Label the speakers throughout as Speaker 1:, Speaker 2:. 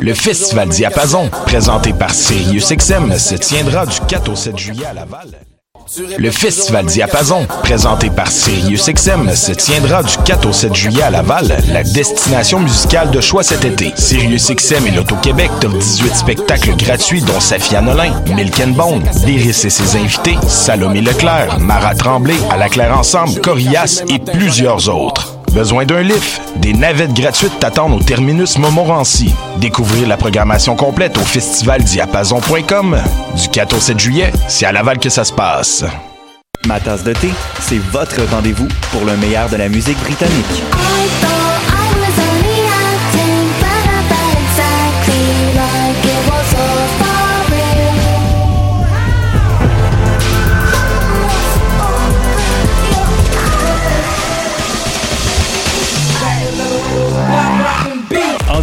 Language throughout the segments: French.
Speaker 1: Le Festival Diapason, présenté par SiriusXM, se tiendra du 4 au 7 juillet à Laval. Le Festival Diapason, présenté par SiriusXM, se tiendra du 4 au 7 juillet à Laval, la destination musicale de choix cet été. SiriusXM et l'Auto-Québec t'offrent 18 spectacles gratuits, dont Safia Nolin, Milk and Bone, Déris et ses invités, Salomé Leclerc, Marat Tremblay, À la Claire Ensemble, Corias et plusieurs autres. Besoin d'un lift? Des navettes gratuites t'attendent au terminus Montmorency. Découvrir la programmation complète au festivaldiapason.com. Du 4 au 7 juillet, c'est à Laval que ça se passe.
Speaker 2: Ma tasse de thé, c'est votre rendez-vous pour le meilleur de la musique britannique. En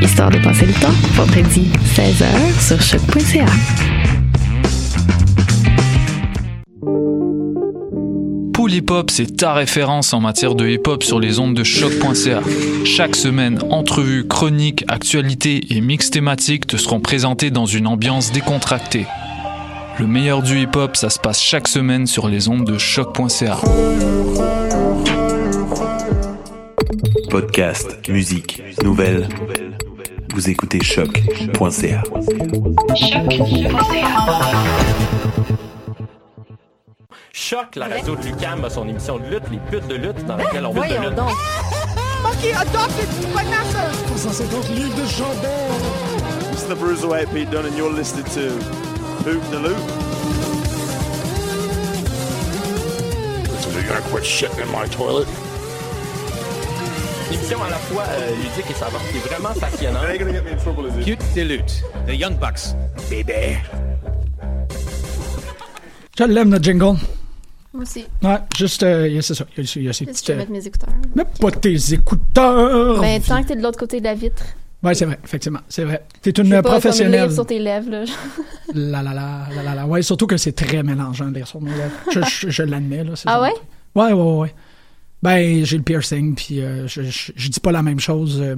Speaker 3: Histoire de passer le temps, vendredi 16h sur choc.ca.
Speaker 4: Pool Hip Hop, c'est ta référence en matière de hip hop sur les ondes de choc.ca. Chaque semaine, entrevues, chroniques, actualités et mix thématiques te seront présentés dans une ambiance décontractée. Le meilleur du hip hop, ça se passe chaque semaine sur les ondes de choc.ca.
Speaker 5: Podcast, musique, nouvelles. Vous écoutez choc.ca.
Speaker 6: Choc, la radio de Lucam a son émission de lutte, les putes de lutte, dans laquelle on parle de
Speaker 7: Voyons
Speaker 6: lutte.
Speaker 7: donc.
Speaker 8: Fucking adopted connasseuse!
Speaker 9: It's the Bruiserweight Pete Dunne, and you're listening to Hoop the Loop.
Speaker 6: Une émission à la fois euh, ludique et savante qui est vraiment passionnante.
Speaker 9: They're gonna get me in trouble, is it?
Speaker 10: Je l'aime, notre jingle.
Speaker 7: Moi aussi.
Speaker 10: Ouais, juste, euh, y a- c'est ça. Il y, a
Speaker 7: Est-ce que
Speaker 10: ces petites.
Speaker 7: je vais
Speaker 10: euh,
Speaker 7: mettre mes écouteurs?
Speaker 10: Mets pas tes écouteurs!
Speaker 7: Ben, tant que t'es de l'autre côté de la vitre,
Speaker 10: Ouais, c'est vrai, effectivement, c'est vrai. T'es
Speaker 7: je
Speaker 10: une
Speaker 7: vais
Speaker 10: euh,
Speaker 7: pas comme
Speaker 10: professionnelle.
Speaker 7: lire sur tes lèvres, là.
Speaker 10: La la la, la la la. Ouais, surtout que c'est très mélangeant, les sur mes lèvres. Je, je, je l'admets, là. c'est
Speaker 7: Ah
Speaker 10: genre-
Speaker 7: ouais?
Speaker 10: Ouais, ouais, ouais, ouais. Ben, j'ai le piercing, puis euh, je, je, je dis pas la même chose euh,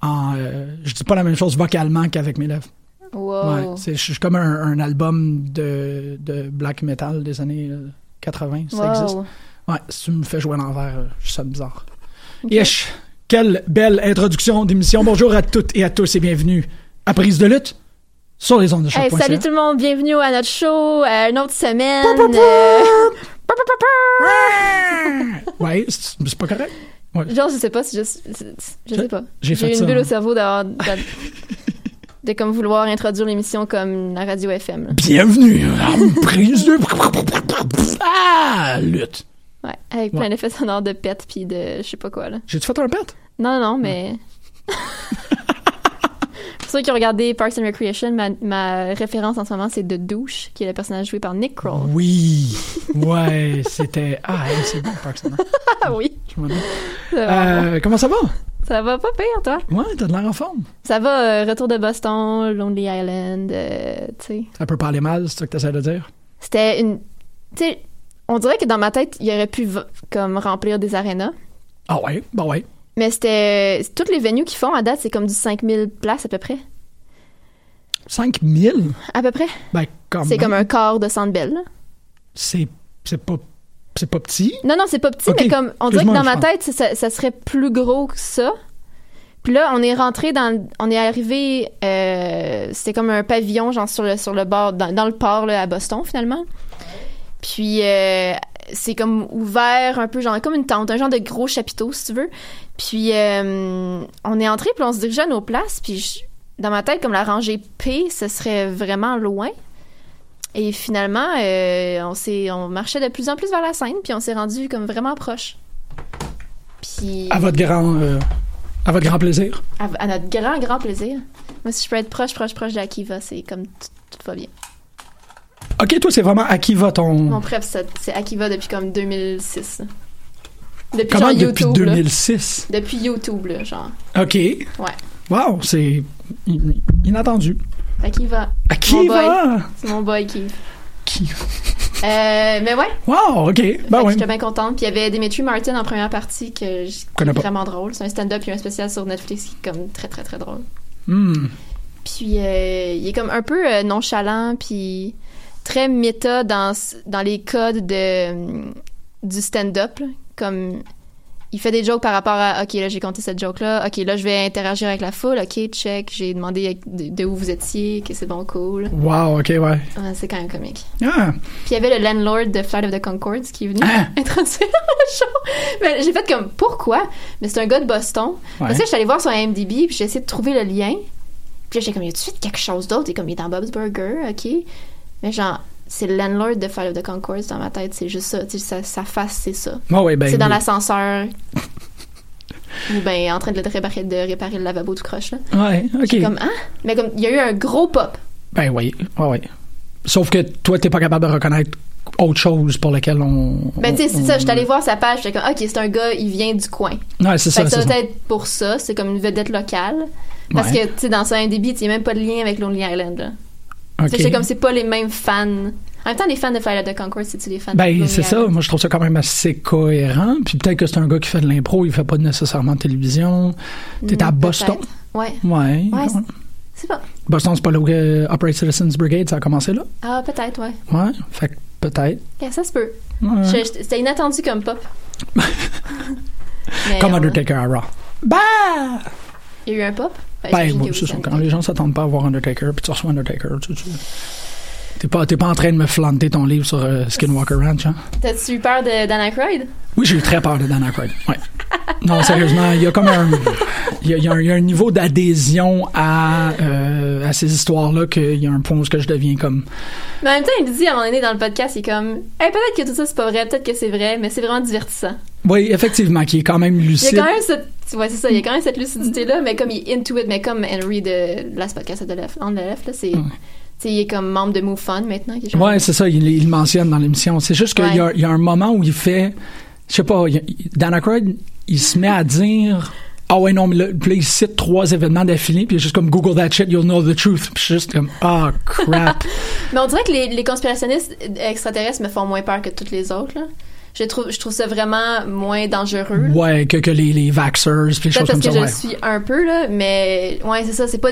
Speaker 10: en. euh, je dis pas la même chose vocalement qu'avec mes lèvres. Ouais,
Speaker 7: Wow.
Speaker 10: c'est, je suis comme un, un album de, de black metal des années euh, 80, ça existe.
Speaker 7: wow.
Speaker 10: Ouais, si tu me fais jouer à l'envers, euh, je sens bizarre. Yesh! Quelle belle introduction d'émission. Bonjour à toutes et à tous et bienvenue à Prise de lutte sur les ondes de choc.
Speaker 7: Hey, salut tout le monde, bienvenue à notre show, euh, une autre semaine. euh, pa, pa, pa,
Speaker 10: Ouais, c'est c'est pas correct.
Speaker 7: pa. Genre, je sais pas, c'est juste. c'est- c'est- Je sais pas.
Speaker 10: J'ai fait
Speaker 7: eu
Speaker 10: ça,
Speaker 7: une bulle
Speaker 10: hein.
Speaker 7: au cerveau d'avoir. d'a- de comme vouloir introduire l'émission comme la radio FM. là.
Speaker 10: Bienvenue à Prise de ah, lutte.
Speaker 7: Ouais, avec plein
Speaker 10: Ouais.
Speaker 7: d'effets sonores de pets puis de je sais pas quoi, là.
Speaker 10: J'ai-tu fait un pet?
Speaker 7: Non, non, non, mais. Pour ceux qui ont regardé Parks and Recreation, ma, ma référence en ce moment, c'est de Douche, qui est le personnage joué par Nick Kroll.
Speaker 10: Oui. Ouais, c'était... Ah, hey, c'est bon, Parks and Rec.
Speaker 7: Ah oui,
Speaker 10: Je m'en vais.
Speaker 7: ça va,
Speaker 10: Euh, comment ça va?
Speaker 7: ça va pas pire, toi.
Speaker 10: Ouais, t'as de l'air en forme.
Speaker 7: Ça va, euh, Retour de Boston, Lonely Island, euh, tu sais.
Speaker 10: Ça peut parler mal, c'est ça que t'essaies de dire?
Speaker 7: C'était une. Tu sais, on dirait que dans ma tête, il aurait pu v- comme remplir des arénas.
Speaker 10: Ah ouais, bah ouais.
Speaker 7: Mais c'était. Toutes les venues qu'ils font à date, c'est comme du 5000 places à peu près.
Speaker 10: 5000?
Speaker 7: À peu près.
Speaker 10: Ben, quand
Speaker 7: C'est
Speaker 10: même.
Speaker 7: comme un quart de Sandbell, là.
Speaker 10: C'est, c'est pas... C'est pas petit?
Speaker 7: Non, non, c'est pas petit,
Speaker 10: Ok.
Speaker 7: mais comme on dirait que
Speaker 10: Excuse-moi,
Speaker 7: dans ma
Speaker 10: je
Speaker 7: tête, ça, ça serait plus gros que ça. Puis là, on est rentré dans, on est arrivé, euh, c'était comme un pavillon genre sur le sur le bord, dans, dans le port là, à Boston finalement. Puis euh, c'est comme ouvert un peu genre comme une tente, un genre de gros chapiteau si tu veux. Puis euh, on est entré, puis on se dirigeait à nos places, puis je- dans ma tête comme la rangée P, ce serait vraiment loin. Et finalement, euh, on s'est, on marchait de plus en plus vers
Speaker 10: Ah,
Speaker 7: la scène, puis on s'est rendu comme vraiment proche. Puis
Speaker 10: bah. À votre grand... euh, À votre grand plaisir.
Speaker 7: À, à notre grand, grand plaisir. Moi, si je peux être proche, proche, proche d'Akiva, c'est comme tout, tout va bien.
Speaker 10: Ok, toi, c'est vraiment Akiva ton.
Speaker 7: Mon prep, c'est c'est Akiva depuis comme 2006. là. Depuis
Speaker 10: Comment
Speaker 7: genre
Speaker 10: depuis
Speaker 7: YouTube. là.
Speaker 10: 2006?
Speaker 7: Depuis YouTube, là, genre.
Speaker 10: Ok.
Speaker 7: Ouais.
Speaker 10: Wow, c'est in- inattendu.
Speaker 7: Akiva. Mon
Speaker 10: Akiva!
Speaker 7: boy. C'est mon boy qui. Euh, mais ouais,
Speaker 10: Wow, ok. Ben
Speaker 7: Fait que
Speaker 10: ouais.
Speaker 7: j'étais bien contente. Puis il y avait Dimitri Martin en première partie que je
Speaker 10: Connais pas.
Speaker 7: vraiment drôle. C'est un stand-up, il y a un spécial sur Netflix qui est comme très très très drôle.
Speaker 10: Hmm.
Speaker 7: Puis euh, il est comme un peu euh, nonchalant, puis très méta dans, s- dans les codes de, mm, du stand-up. là. Comme il fait des jokes par rapport à OK, là j'ai compté cette joke-là, OK, là je vais interagir avec la foule, OK, check, j'ai demandé de, de où vous étiez, que c'est bon, cool.
Speaker 10: Wow, ok, ouais.
Speaker 7: Ouais, c'est quand même comique.
Speaker 10: Ah,
Speaker 7: Puis il y avait le landlord de Flight of the Concords qui est venu introduire le show. Mais j'ai fait comme pourquoi Mais c'est un gars de Boston. Parce que
Speaker 10: Ouais.
Speaker 7: je suis allée voir sur IMDb, puis j'ai essayé de trouver le lien. Puis là, j'ai comme il y a tout de suite quelque chose d'autre, et comme il est dans Bob's Burger, OK. Mais genre c'est le landlord de Flight of the Concords dans ma tête, c'est juste ça, tu sais, sa, sa face, c'est ça.
Speaker 10: Ah ouais, ben
Speaker 7: c'est dans
Speaker 10: oui.
Speaker 7: l'ascenseur. ou ben en train de le réparer, de réparer le lavabo tout croche là.
Speaker 10: ouais, ok.
Speaker 7: Comme ah, mais comme il y a eu un gros pop.
Speaker 10: Ben oui, ouais, ouais. Sauf que toi, t'es pas capable de reconnaître autre chose pour laquelle on.
Speaker 7: Ben, tu sais, c'est
Speaker 10: on-
Speaker 7: ça. J'étais allée voir sa page. J'étais comme, OK, c'est un gars, il vient du coin.
Speaker 10: Ouais,
Speaker 7: Fait
Speaker 10: c'est
Speaker 7: que
Speaker 10: ça,
Speaker 7: Ben, ça
Speaker 10: c'est
Speaker 7: doit
Speaker 10: ça.
Speaker 7: être pour ça. C'est comme une vedette locale. Parce
Speaker 10: Ouais.
Speaker 7: que, tu sais, dans ça, un débit, il n'y a même pas de lien avec Lonely Island, là. Tu sais,
Speaker 10: Ok.
Speaker 7: C'est comme, c'est pas les mêmes fans. En même temps, les fans de Flight of the Concord, c'est-tu des fans de
Speaker 10: Ben,
Speaker 7: Lonely
Speaker 10: c'est ça.
Speaker 7: Island?
Speaker 10: Moi, je trouve ça quand même assez cohérent. Puis peut-être que c'est un gars qui fait de l'impro, il fait pas nécessairement de télévision. T'es
Speaker 7: Hmm,
Speaker 10: à Boston.
Speaker 7: peut-être. Ouais.
Speaker 10: Ouais.
Speaker 7: Ouais,
Speaker 10: quand même.
Speaker 7: C'est pas.
Speaker 10: Boston, c'est pas là où euh, Upright Citizens Brigade, ça a commencé là.
Speaker 7: Ah, peut-être, ouais.
Speaker 10: Ouais. Fait que peut-être.
Speaker 7: Yeah, ça se peut.
Speaker 10: Ouais.
Speaker 7: Je- je- C'était inattendu comme pop. Mais
Speaker 10: Comme
Speaker 7: on-
Speaker 10: Undertaker à Raw. Bah!
Speaker 7: Il y a eu un pop? Ben,
Speaker 10: Ben,
Speaker 7: j'imagine
Speaker 10: bon,
Speaker 7: que
Speaker 10: c'est
Speaker 7: oui,
Speaker 10: ça.
Speaker 7: ça.
Speaker 10: Quand les gens s'attendent pas à voir Undertaker, puis tu reçois Undertaker, tu. tu- T'es pas, t'es pas en train de me flanter ton livre sur euh, Skinwalker Ranch, hein?
Speaker 7: T'as-tu eu peur de Dan Aykroyd?
Speaker 10: Oui, j'ai eu très peur de Dan Aykroyd. Ouais. Non, sérieusement, il y a comme un, il y a, il y a un, il y a un niveau d'adhésion à, euh, à ces histoires-là qu'il y a un point où ce que je deviens comme.
Speaker 7: Mais en même temps, il me dit à un moment donné dans le podcast, il est comme Hey, peut-être que tout ça c'est pas vrai, peut-être que c'est vrai, mais c'est vraiment divertissant.
Speaker 10: Oui, effectivement, qui est quand même
Speaker 7: Il y a
Speaker 10: lucide.
Speaker 7: quand même cette, ouais, c'est ça, il y a quand même cette lucidité là, mais comme il est into it, mais comme Henry de de Last Podcast de Left, on the Left, là, c'est, tu sais, il est comme membre de Move Fun maintenant. qui est genre-
Speaker 10: Ouais, c'est ça, il, il le mentionne dans l'émission. C'est juste qu'il y, a-
Speaker 7: Ouais.
Speaker 10: il y a un moment où il fait, je sais pas, il y a- il- Dan Aykroyd, il se met à dire, ah ouais, non, mais là, puis là, il cite trois événements d'affilée, puis il est juste comme Google that shit, you'll know the truth. Puis je suis juste comme, ah crap.
Speaker 7: Mais on dirait que les, les conspirationnistes extraterrestres me font moins peur que toutes les autres. Là. Je trouve, je trouve ça vraiment moins dangereux. là.
Speaker 10: ouais, que, que les, les vaxxers, puis les
Speaker 7: Peut-être parce
Speaker 10: choses comme
Speaker 7: que
Speaker 10: ça.
Speaker 7: je
Speaker 10: ouais.
Speaker 7: le suis un peu là, mais ouais, c'est ça, c'est pas,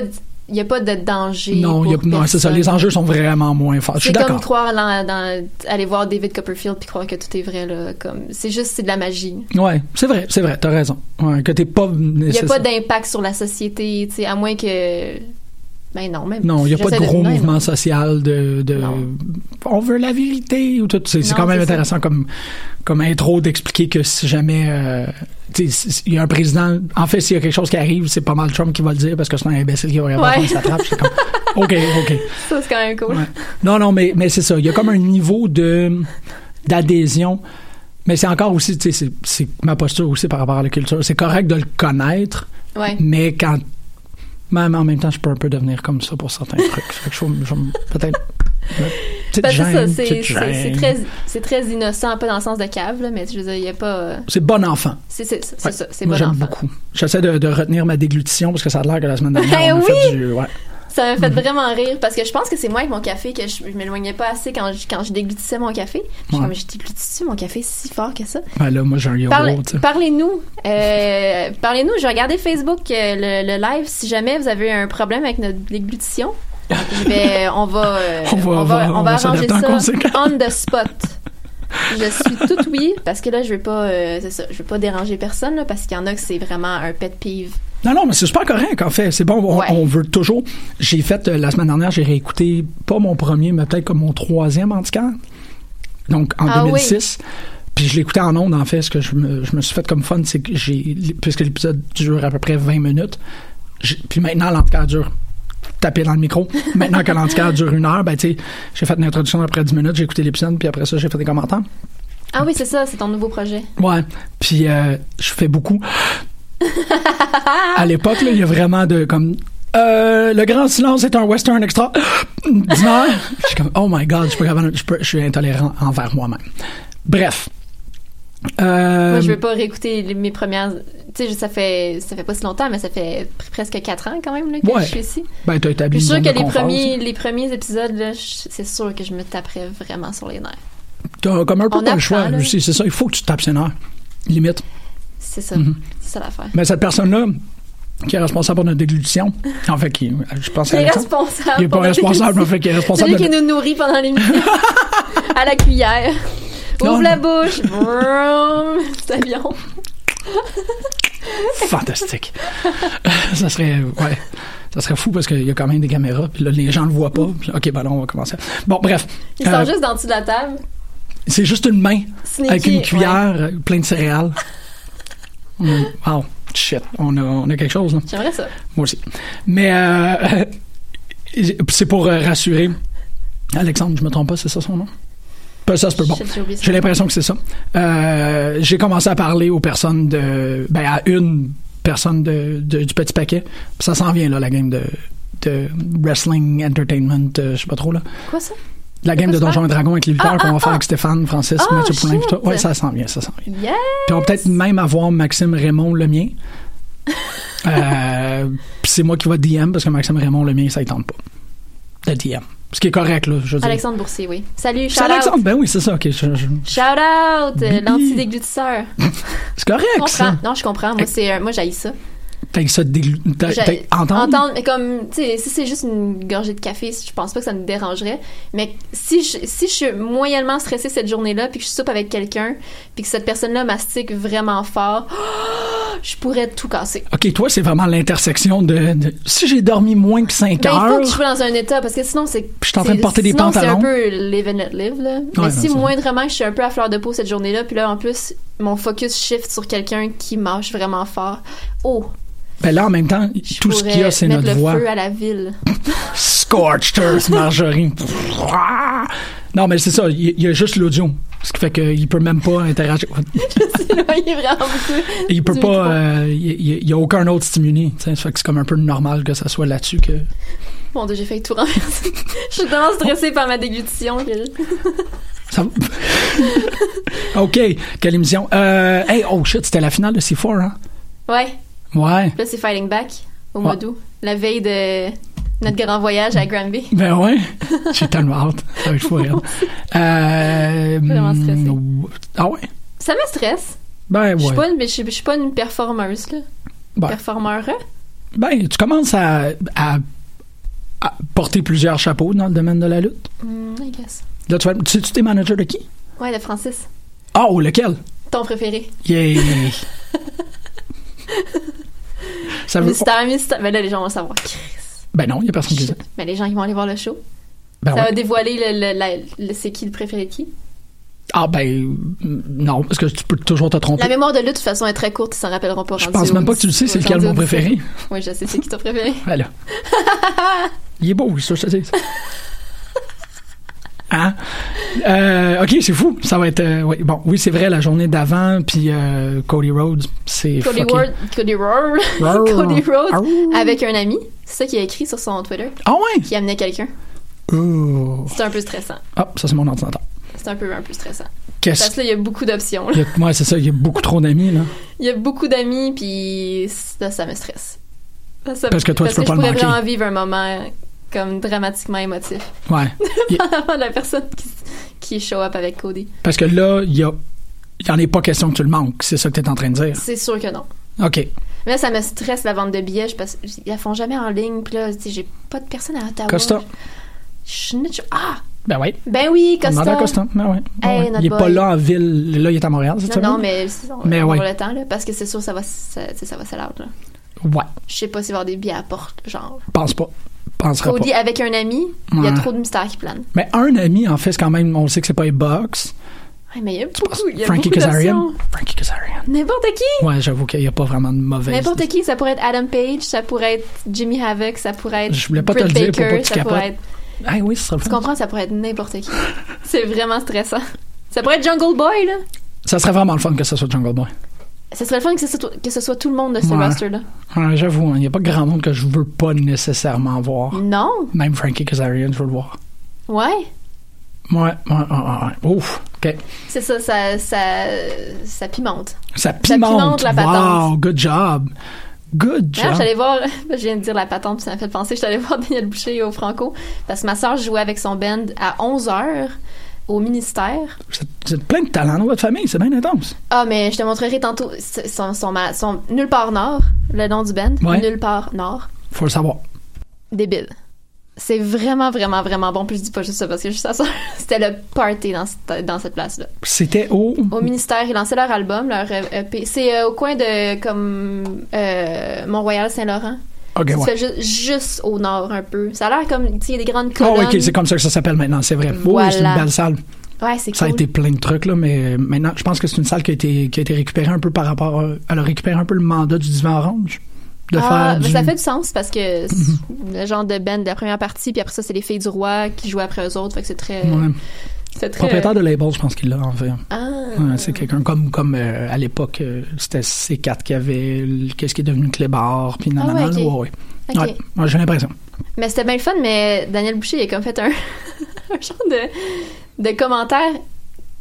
Speaker 7: il y a pas de danger.
Speaker 10: Non, il y a-
Speaker 7: pour
Speaker 10: non, c'est ça.
Speaker 7: personne.
Speaker 10: Les enjeux sont vraiment moins forts. Je suis
Speaker 7: C'est comme
Speaker 10: d'accord.
Speaker 7: croire dans, dans- aller voir David Copperfield puis croire que tout est vrai là, comme c'est juste c'est de la magie.
Speaker 10: Ouais, c'est vrai, c'est vrai. T'as raison. Ouais, que t'es pas
Speaker 7: Il n'y a
Speaker 10: nécessaire.
Speaker 7: pas d'impact sur la société, tu sais, à moins que ben non même.
Speaker 10: Non, il n'y a pas de
Speaker 7: j'essaie
Speaker 10: gros
Speaker 7: non,
Speaker 10: mouvement social de, de- on veut la vérité ou tout. C'est c'est
Speaker 7: Non,
Speaker 10: quand même
Speaker 7: c'est ça.
Speaker 10: intéressant comme comme intro d'expliquer que si jamais euh, tu sais, si- il y a un président, en fait, s'il y a quelque chose qui arrive, c'est pas mal Trump qui va le dire parce que c'est un imbécile qui va répondre
Speaker 7: Ouais.
Speaker 10: à sa trappe. C'est comme, ok, ok.
Speaker 7: Ça c'est quand même cool.
Speaker 10: Non, non, mais, mais c'est ça. Il y a comme un niveau de d'adhésion. Mais c'est encore aussi, tu sais, c'est- c'est ma posture aussi par rapport à la culture. C'est correct de le connaître,
Speaker 7: Ouais.
Speaker 10: mais quand. Même en même temps, je peux un peu devenir comme ça pour certains trucs. Fait que je, vais- je vais peut-être. petite
Speaker 7: Parce que ça,
Speaker 10: gêne,
Speaker 7: Ben, c'est
Speaker 10: petite
Speaker 7: c'est- c'est
Speaker 10: gêne.
Speaker 7: très c'est très innocent, pas dans le sens de cave là, mais je veux dire, il y a pas euh,
Speaker 10: C'est bon enfant.
Speaker 7: c'est c'est c'est
Speaker 10: Ouais.
Speaker 7: ça, c'est
Speaker 10: Moi,
Speaker 7: bon
Speaker 10: j'aime
Speaker 7: enfant.
Speaker 10: beaucoup. J'essaie de, de retenir ma déglutition parce que ça a l'air que la semaine dernière, on a
Speaker 7: Eh
Speaker 10: fait
Speaker 7: oui!
Speaker 10: du. Ouais.
Speaker 7: Ça m'a fait
Speaker 10: Mm-hmm.
Speaker 7: vraiment rire parce que je pense que c'est moi avec mon café que je, je m'éloignais pas assez quand je, quand je déglutissais mon café. Je
Speaker 10: Ouais.
Speaker 7: me j'ai déglutis mon café si fort que ça.
Speaker 10: Ben là, moi, j'ai un
Speaker 7: Parle-
Speaker 10: yogourt. tu sais.
Speaker 7: Parlez-nous. Euh, parlez-nous. Je vais regarder Facebook euh, le, le live. Si jamais vous avez un problème avec notre déglutition, je vais- on va, euh,
Speaker 10: On va-
Speaker 7: on va,
Speaker 10: on va- on va
Speaker 7: arranger
Speaker 10: s'adapter en
Speaker 7: ça
Speaker 10: conséquence.
Speaker 7: on the spot. Je suis toute oui parce que là je veux pas, euh, c'est ça, je veux pas déranger personne là, parce qu'il y en a que c'est vraiment un pet peeve.
Speaker 10: Non, non, mais c'est super correct, en fait. C'est bon, on,
Speaker 7: Ouais.
Speaker 10: on veut toujours. J'ai fait, euh, la semaine dernière, j'ai réécouté, pas mon premier, mais peut-être comme mon troisième handicap. Donc, en
Speaker 7: Ah oui.
Speaker 10: 2006. Puis je l'écoutais en ondes, en fait. Ce que je me, je me suis fait comme fun, c'est que j'ai. Puisque l'épisode dure à peu près 20 minutes, j'ai- puis maintenant, l'handicap dure. Taper dans le micro. Maintenant que l'handicap dure une heure, ben, tu sais, j'ai fait une introduction après 10 minutes, j'ai écouté l'épisode, puis après ça, j'ai fait des commentaires.
Speaker 7: Ah oui, c'est ça, c'est ton nouveau projet.
Speaker 10: Ouais. Puis euh, je fais beaucoup. à l'époque, là, il y a vraiment de comme. Euh, le grand silence est un western extra. Dîner. je suis comme, oh my god, je suis, pas capable, je, peux- je suis intolérant envers moi-même. Bref. Euh,
Speaker 7: Moi, je veux pas réécouter les- mes premières. Tu sais, ça fait, ça fait pas si longtemps, mais ça fait pr- presque 4 ans quand même là, que
Speaker 10: Ouais.
Speaker 7: je suis ici.
Speaker 10: Ben, t'as
Speaker 7: Je
Speaker 10: établi
Speaker 7: suis sûre
Speaker 10: une zone
Speaker 7: que
Speaker 10: de
Speaker 7: les
Speaker 10: confort,
Speaker 7: premiers, les premiers épisodes, là, je- c'est sûr que je me taperais vraiment sur les nerfs.
Speaker 10: T'as comme
Speaker 7: On
Speaker 10: un peu pas
Speaker 7: apprend,
Speaker 10: le choix
Speaker 7: là.
Speaker 10: aussi, c'est ça. Il faut que tu te tapes ses nerfs, limite.
Speaker 7: C'est ça.
Speaker 10: Mhm.
Speaker 7: C'est ça l'affaire.
Speaker 10: Mais cette personne-là, qui est responsable pour notre déglutition, en fait, qui, je pense
Speaker 7: Il
Speaker 10: à
Speaker 7: est
Speaker 10: Alexandre.
Speaker 7: responsable.
Speaker 10: Il est pas
Speaker 7: pour notre
Speaker 10: responsable,
Speaker 7: émission.
Speaker 10: en fait, il est responsable
Speaker 7: Celui
Speaker 10: de-
Speaker 7: qui nous nourrit pendant l'émission. à la cuillère. Ouvre
Speaker 10: Non,
Speaker 7: la bouche. Vroom. C'est avion.
Speaker 10: Fantastique. Euh, ça serait, ouais, ça serait fou parce qu'il y a quand même des caméras, puis là, les gens le voient pas. Puis là, ok, ben là, on va commencer. Bon, bref.
Speaker 7: Il
Speaker 10: Euh,
Speaker 7: sort juste d'en dessous de la table.
Speaker 10: C'est juste une main
Speaker 7: Sneaky,
Speaker 10: avec une
Speaker 7: ouais.
Speaker 10: cuillère euh, pleine de céréales. Mm, wow, shit, on a, on a quelque chose. là.
Speaker 7: J'aimerais ça.
Speaker 10: Moi aussi. Mais euh, c'est pour euh, rassurer. Alexandre, je me trompe pas, c'est ça son nom? Pas ça, se peut bon.
Speaker 7: Shit, j'ai oublié ça.
Speaker 10: J'ai l'impression que c'est ça. Euh, j'ai commencé à parler aux personnes de. Ben, à une personne de, de- du petit paquet. Ça s'en vient, là, la game de, de Wrestling Entertainment, euh, je sais pas trop, là.
Speaker 7: Quoi ça?
Speaker 10: La game de
Speaker 7: quoi ça?
Speaker 10: Donjons et Dragons avec les lutteurs
Speaker 7: Ah,
Speaker 10: qu'on va
Speaker 7: ah,
Speaker 10: faire
Speaker 7: ah.
Speaker 10: avec Stéphane, Francis,
Speaker 7: Oh,
Speaker 10: Mathieu Poulin,
Speaker 7: shit.
Speaker 10: tout. Ouais, ça s'en vient, ça s'en vient.
Speaker 7: Yeah!
Speaker 10: Puis on va peut-être même avoir Maxime Raymond le mien. Euh, puis c'est moi qui va DM parce que Maxime Raymond le mien, ça ne tente pas. De DM. Ce qui est correct, là, je veux dire.
Speaker 7: Alexandre Boursier, oui. Salut,
Speaker 10: C'est
Speaker 7: shout out.
Speaker 10: Alexandre, ben oui, c'est ça, ok. je- je-
Speaker 7: Shout out, euh,
Speaker 10: Bibi.
Speaker 7: l'anti-déglutisseur.
Speaker 10: C'est
Speaker 7: Je
Speaker 10: correct,
Speaker 7: comprends.
Speaker 10: ça.
Speaker 7: Non, je comprends. Moi, c'est, moi, j'haïs ça.
Speaker 10: T'as ça déglu- t'as-
Speaker 7: J'ai-
Speaker 10: t'as- entendre?
Speaker 7: Entendre, mais comme, tu sais, si c'est juste une gorgée de café, je pense pas que ça me dérangerait. Mais si je, si je suis moyennement stressée cette journée-là, puis que je soupe avec quelqu'un, puis que cette personne-là mastique vraiment fort, je pourrais tout casser.
Speaker 10: Ok, toi, c'est vraiment l'intersection de, de- Si j'ai dormi moins que 5
Speaker 7: Ben, il faut
Speaker 10: heures.
Speaker 7: que je sois dans un état, parce que sinon, c'est.
Speaker 10: je suis en train de
Speaker 7: c'est-
Speaker 10: porter des
Speaker 7: sinon,
Speaker 10: pantalons.
Speaker 7: C'est un peu live and let live, là.
Speaker 10: non,
Speaker 7: Mais si
Speaker 10: ça.
Speaker 7: moindrement je suis un peu à fleur de peau cette journée-là, puis là, en plus, mon focus shift sur quelqu'un qui marche vraiment fort. Oh!
Speaker 10: Ben là, en même temps, tout ce qu'il y a,
Speaker 7: pourrait
Speaker 10: c'est
Speaker 7: mettre
Speaker 10: notre
Speaker 7: le
Speaker 10: voix.
Speaker 7: feu à la ville.
Speaker 10: Scorched Earth Marjorie. non, mais c'est ça, il y- il y a juste l'audio. Ce qui fait qu'il peut même pas interagir.
Speaker 7: il est vraiment fou.
Speaker 10: Il peut
Speaker 7: Du
Speaker 10: pas. euh, Il n'y a aucun autre stimuli. tu sais. Ça fait que c'est comme un peu normal que ça soit là-dessus que.
Speaker 7: Mon dieu, j'ai failli tout renverser. je suis tellement stressée par ma déglutition. que
Speaker 10: ça- OK, quelle émission. Euh, hey, oh shit, c'était la finale de C4, hein?
Speaker 7: Ouais,
Speaker 10: Ouais.
Speaker 7: là c'est Fighting Back au mois
Speaker 10: Ouais.
Speaker 7: d'août, la veille de notre grand voyage à Granby.
Speaker 10: Ben ouais. J'ai tellement hâte. Ça va être fou, raide. Euh,
Speaker 7: Vraiment stressée.
Speaker 10: hum, Ah ouais?
Speaker 7: Ça me stresse.
Speaker 10: Ben
Speaker 7: Je
Speaker 10: ouais.
Speaker 7: suis pas une, mais je suis- je suis pas une performeuse là.
Speaker 10: Ben.
Speaker 7: Performeur. hein?
Speaker 10: Ben, tu commences à, à- à porter plusieurs chapeaux dans le domaine de la lutte.
Speaker 7: Hmm, I guess.
Speaker 10: Là, tu vas. Tu sais-tu t'es manager de qui?
Speaker 7: Ouais, de Francis.
Speaker 10: Oh, lequel?
Speaker 7: Ton préféré.
Speaker 10: Yeah! ça veut
Speaker 7: Mystère, mystère. Mais là, les gens vont le savoir.
Speaker 10: Ben non, il n'y a personne qui le sait.
Speaker 7: Mais les gens qui vont aller voir le show,
Speaker 10: Ben
Speaker 7: ça va
Speaker 10: ouais.
Speaker 7: dévoiler le, le- la- le- c'est qui le préféré de qui.
Speaker 10: Ah ben euh, non, parce que tu peux toujours te
Speaker 7: La
Speaker 10: tromper.
Speaker 7: mémoire de lutte, de toute façon, est très courte, ils s'en rappelleront pas.
Speaker 10: Je
Speaker 7: rendu
Speaker 10: pense
Speaker 7: au-
Speaker 10: même pas que tu le sais, c'est
Speaker 7: au-
Speaker 10: lequel
Speaker 7: rendu
Speaker 10: mon
Speaker 7: au-
Speaker 10: préféré.
Speaker 7: Oui, je sais, c'est qui ton préféré.
Speaker 10: Voilà. il est beau, ça, je te dis. Hein? Euh, ok, c'est fou. Ça va être. euh, ouais, Bon, oui, c'est vrai, la journée d'avant, puis euh, Cody Rhodes, c'est. Oh.
Speaker 7: Cody
Speaker 10: fucké.
Speaker 7: Ward, Cody Roar,
Speaker 10: Roar.
Speaker 7: Cody Rhodes
Speaker 10: Arr.
Speaker 7: avec un ami. C'est ça qu'il a écrit sur son Twitter.
Speaker 10: Ah ouais?
Speaker 7: Qui amenait quelqu'un.
Speaker 10: Oh.
Speaker 7: C'est un peu stressant.
Speaker 10: Ah, ça, c'est mon ordinateur.
Speaker 7: C'est un peu un peu stressant.
Speaker 10: Qu'est-ce-
Speaker 7: Parce que là, il y a beaucoup d'options. là.
Speaker 10: Il y a- Ouais, c'est ça, il y a beaucoup trop d'amis, là.
Speaker 7: Il y a beaucoup d'amis, puis ça, ça me stresse. Ça, ça-
Speaker 10: Parce que toi, tu peux pas
Speaker 7: je
Speaker 10: le
Speaker 7: pourrais
Speaker 10: manquer.
Speaker 7: vraiment vivre un moment comme dramatiquement émotif.
Speaker 10: Ouais.
Speaker 7: Dépendamment de la personne qui, qui show up avec Cody.
Speaker 10: Parce que là, il y a. Il n'y en est pas question que tu le manques, c'est ça que tu es en train de dire.
Speaker 7: C'est sûr que non.
Speaker 10: OK.
Speaker 7: Mais là, ça me stresse la vente de billets je- parce qu'ils la font jamais en ligne. Puis là, tu sais, j'ai pas de personne à Ottawa.
Speaker 10: Costa.
Speaker 7: Je suis nulle, je- Ah!
Speaker 10: Ben oui.
Speaker 7: Ben oui,
Speaker 10: On demande
Speaker 7: Costa.
Speaker 10: à Costa. Ben ouais.
Speaker 7: Hey,
Speaker 10: Ouais.
Speaker 7: notre
Speaker 10: Il est pas
Speaker 7: boy.
Speaker 10: là en ville. Là, il est à Montréal, c'est ça?
Speaker 7: Non, non, mais c'est- on,
Speaker 10: Mais
Speaker 7: on
Speaker 10: ouais.
Speaker 7: a le temps, là, parce que c'est sûr que ça va, ça, tu sais, ça va sell out, là.
Speaker 10: Ouais,
Speaker 7: Je sais pas s'il va y avoir des billets à la porte, genre.
Speaker 10: pense pas. Pensera
Speaker 7: Cody
Speaker 10: pas.
Speaker 7: avec un ami, il y a
Speaker 10: Ouais.
Speaker 7: trop de mystères qui planent.
Speaker 10: Mais un ami, en fait, c'est quand même, on sait que c'est pas box.
Speaker 7: Ouais, mais il y a beaucoup, il y a
Speaker 10: Frankie
Speaker 7: beaucoup
Speaker 10: Kazarian.
Speaker 7: d'options.
Speaker 10: Frankie Kazarian.
Speaker 7: N'importe qui!
Speaker 10: Ouais, ben, j'avoue qu'il n'y a pas vraiment de mauvaise.
Speaker 7: N'importe qui, ça pourrait être Adam Page, ça pourrait être Jimmy Havoc, ça pourrait être
Speaker 10: Je voulais pas te
Speaker 7: Britt
Speaker 10: le dire pour
Speaker 7: Baker,
Speaker 10: pas que tu
Speaker 7: ça
Speaker 10: capotes.
Speaker 7: pourrait être...
Speaker 10: Ah oui, ce serait le
Speaker 7: Tu
Speaker 10: fun.
Speaker 7: comprends, ça pourrait être n'importe qui. c'est vraiment stressant. Ça pourrait être Jungle Boy, là.
Speaker 10: Ça serait vraiment le fun que ça soit Jungle Boy.
Speaker 7: ça serait le fun que ce soit, que ce soit tout le monde de ce
Speaker 10: Ouais.
Speaker 7: roster-là.
Speaker 10: Ouais, J'avoue, hein, il n'y a pas grand monde que je veux pas nécessairement voir.
Speaker 7: Non?
Speaker 10: Même Frankie Kazarian, je veux le voir.
Speaker 7: Ouais.
Speaker 10: Ouais, ouais, ouais, ouais, ouais. Ouf, OK.
Speaker 7: C'est ça, ça, ça, ça pimente.
Speaker 10: Ça pimente.
Speaker 7: pimente la patente.
Speaker 10: Wow, good job. Good
Speaker 7: D'ailleurs,
Speaker 10: job.
Speaker 7: j'allais voir, je viens de dire la patente, puis ça m'a fait penser, j'allais voir Daniel Boucher au Franco, parce que ma soeur jouait avec son band à 11h au ministère.
Speaker 10: Vous êtes- vous êtes plein de talent dans votre famille, c'est bien intense.
Speaker 7: Ah, mais je te montrerai tantôt c- son, son, ma- son Nulle part Nord, le nom du band.
Speaker 10: Ouais.
Speaker 7: Nulle part Nord.
Speaker 10: Faut le savoir.
Speaker 7: Débile. C'est vraiment, vraiment, vraiment bon. Puis je dis pas juste ça parce que je suis sa soeur. C'était le party dans, cette- dans cette place-là.
Speaker 10: C'était au.
Speaker 7: Au ministère, ils lançaient leur album, leur euh, EP. C'est euh, au coin de comme euh, Mont-Royal-Saint-Laurent.
Speaker 10: Ok,
Speaker 7: Tu
Speaker 10: ouais.
Speaker 7: fais ju- juste au nord un peu. Ça a l'air comme, tu sais, il y a des grandes
Speaker 10: Oh,
Speaker 7: colonnes.
Speaker 10: ok, c'est comme ça que ça s'appelle maintenant, c'est vrai. Oh, Oui, c'est
Speaker 7: Voilà.
Speaker 10: une belle salle.
Speaker 7: Ouais, c'est cool.
Speaker 10: Ça a été plein de trucs, là, mais maintenant, je pense que c'est une salle qui a été, qui a été récupérée un peu par rapport. à- Elle a récupéré un peu le mandat du divan orange. De
Speaker 7: Ah,
Speaker 10: faire
Speaker 7: ben,
Speaker 10: du- Mhm.
Speaker 7: Ça fait du sens parce que c'est le genre de band de la première partie, puis après ça, c'est les filles du roi qui jouent après eux autres. Fait que c'est très.
Speaker 10: Ouais.
Speaker 7: C'est très.
Speaker 10: Propriétaire de label, je pense qu'il l'a, en fait.
Speaker 7: Ah.
Speaker 10: Ouais, c'est quelqu'un comme, comme euh, à l'époque, euh, c'était C4 qui avait le- qu'est-ce qui est devenu Clébar, puis nanana,
Speaker 7: Ah ouais, ok.
Speaker 10: là, ouais, ouais.
Speaker 7: Ok.
Speaker 10: Ouais, moi, j'ai l'impression.
Speaker 7: Mais c'était bien le fun, mais Daniel Boucher, il a comme fait un, un genre de, de commentaire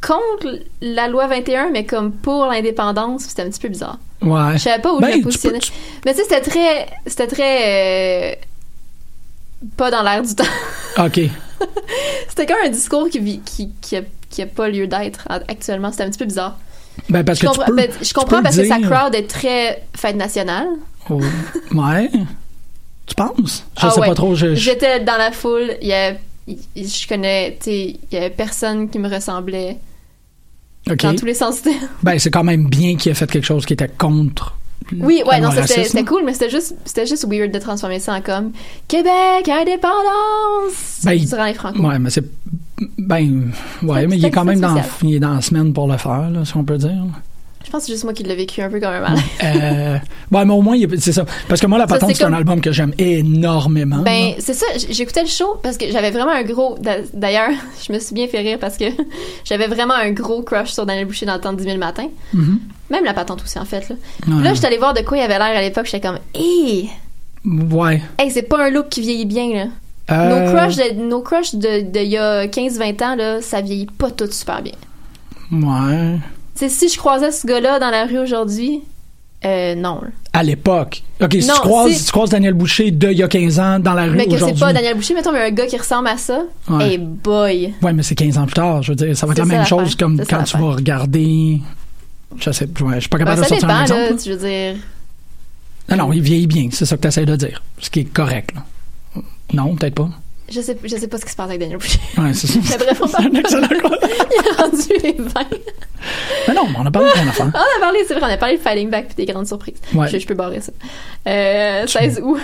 Speaker 7: contre la loi 21, mais comme pour l'indépendance. C'était un petit peu bizarre.
Speaker 10: Ouais.
Speaker 7: Je savais pas où
Speaker 10: Ben,
Speaker 7: je
Speaker 10: tu
Speaker 7: me positionnais. Mais tu sais, c'était très. C'était très. euh, pas dans l'air du temps.
Speaker 10: Ok.
Speaker 7: C'était comme un discours qui, vit- qui, qui, a, qui a pas lieu d'être en- actuellement. C'était un petit peu bizarre.
Speaker 10: Ben, parce
Speaker 7: je,
Speaker 10: que tu
Speaker 7: comprends,
Speaker 10: peux,
Speaker 7: ben, je
Speaker 10: tu
Speaker 7: comprends
Speaker 10: peux
Speaker 7: parce
Speaker 10: le
Speaker 7: que sa
Speaker 10: dire.
Speaker 7: crowd est très fête nationale.
Speaker 10: Oh, Ouais. Tu penses? Je
Speaker 7: Ah
Speaker 10: sais
Speaker 7: ouais.
Speaker 10: pas trop. Je, je-
Speaker 7: J'étais dans la foule. Il y a, il- il- je connais, tu sais, il y avait personne qui me ressemblait.
Speaker 10: ok.
Speaker 7: Dans tous les sens. c'était-
Speaker 10: Ben, c'est quand même bien qu'il ait fait quelque chose qui était contre.
Speaker 7: oui, ouais,
Speaker 10: le
Speaker 7: non, ça, c'était
Speaker 10: racisme.
Speaker 7: c'était cool, mais c'était juste, c'était juste weird de transformer ça en comme Québec, indépendance!
Speaker 10: Ben, il-
Speaker 7: durant les Franco.
Speaker 10: Ouais, mais c'est. Ben, ouais, mais il est quand même dans,
Speaker 7: spécial.
Speaker 10: il est dans la semaine pour le faire, là, si on peut dire.
Speaker 7: Je pense que c'est juste moi qui l'ai vécu un peu comme un mal.
Speaker 10: Euh, ouais, mais au moins, il est- c'est ça. Parce que moi, La
Speaker 7: Ah. Ça,
Speaker 10: Patente,
Speaker 7: c'est
Speaker 10: c'est
Speaker 7: comme-
Speaker 10: un album que j'aime énormément.
Speaker 7: Ben, c'est ça, j- j'écoutais le show parce que j'avais vraiment un gros. d'a- D'ailleurs, je me suis bien fait rire parce que j'avais vraiment un gros crush sur Daniel Boucher dans le temps de 10 000 matins.
Speaker 10: Mhm.
Speaker 7: Même la patente aussi, en fait. Là,
Speaker 10: Ouais.
Speaker 7: Puis là j'étais allée voir de quoi il avait l'air à l'époque, j'étais comme, hé!
Speaker 10: Ouais.
Speaker 7: Hey, c'est pas un look qui vieillit bien, là.
Speaker 10: Euh,
Speaker 7: Nos crushs de, nos crushs de, de il y a 15-20 ans, là, ça vieillit pas tout super bien.
Speaker 10: Ouais.
Speaker 7: Tu sais, si je croisais ce gars-là dans la rue aujourd'hui, euh, non. là.
Speaker 10: À l'époque. OK, si
Speaker 7: Non,
Speaker 10: tu, croises,
Speaker 7: c'est-
Speaker 10: si tu croises Daniel Boucher de il y a 15 ans dans la rue
Speaker 7: Mais que c'est
Speaker 10: aujourd'hui.
Speaker 7: pas Daniel Eh, Boucher, mettons, mais un gars qui ressemble à ça,
Speaker 10: Ouais.
Speaker 7: hey boy!
Speaker 10: Ouais, mais c'est 15 ans plus tard. Je veux dire, ça va être
Speaker 7: C'est
Speaker 10: la
Speaker 7: ça
Speaker 10: même
Speaker 7: l'affaire.
Speaker 10: chose comme
Speaker 7: C'est ça
Speaker 10: quand tu
Speaker 7: l'affaire.
Speaker 10: vas regarder. Je sais, ouais, je suis pas
Speaker 7: Ben,
Speaker 10: capable
Speaker 7: ça
Speaker 10: de sortir
Speaker 7: dépend,
Speaker 10: un exemple.
Speaker 7: là, tu veux dire.
Speaker 10: Non, non, il vieillit bien. C'est ça que tu essaies de dire. Ce qui est correct, là. Non, peut-être pas.
Speaker 7: Je sais, je sais pas ce qui se passe avec Daniel Boucher.
Speaker 10: Ouais, c'est ça.
Speaker 7: Mais bref, on parle Il a rendu les 20.
Speaker 10: Mais non, mais on a parlé de plein d'affaires.
Speaker 7: On a parlé, c'est vrai, on a parlé de Falling Back puis des grandes surprises.
Speaker 10: Ouais.
Speaker 7: Je, je peux barrer ça. Euh, 16 août.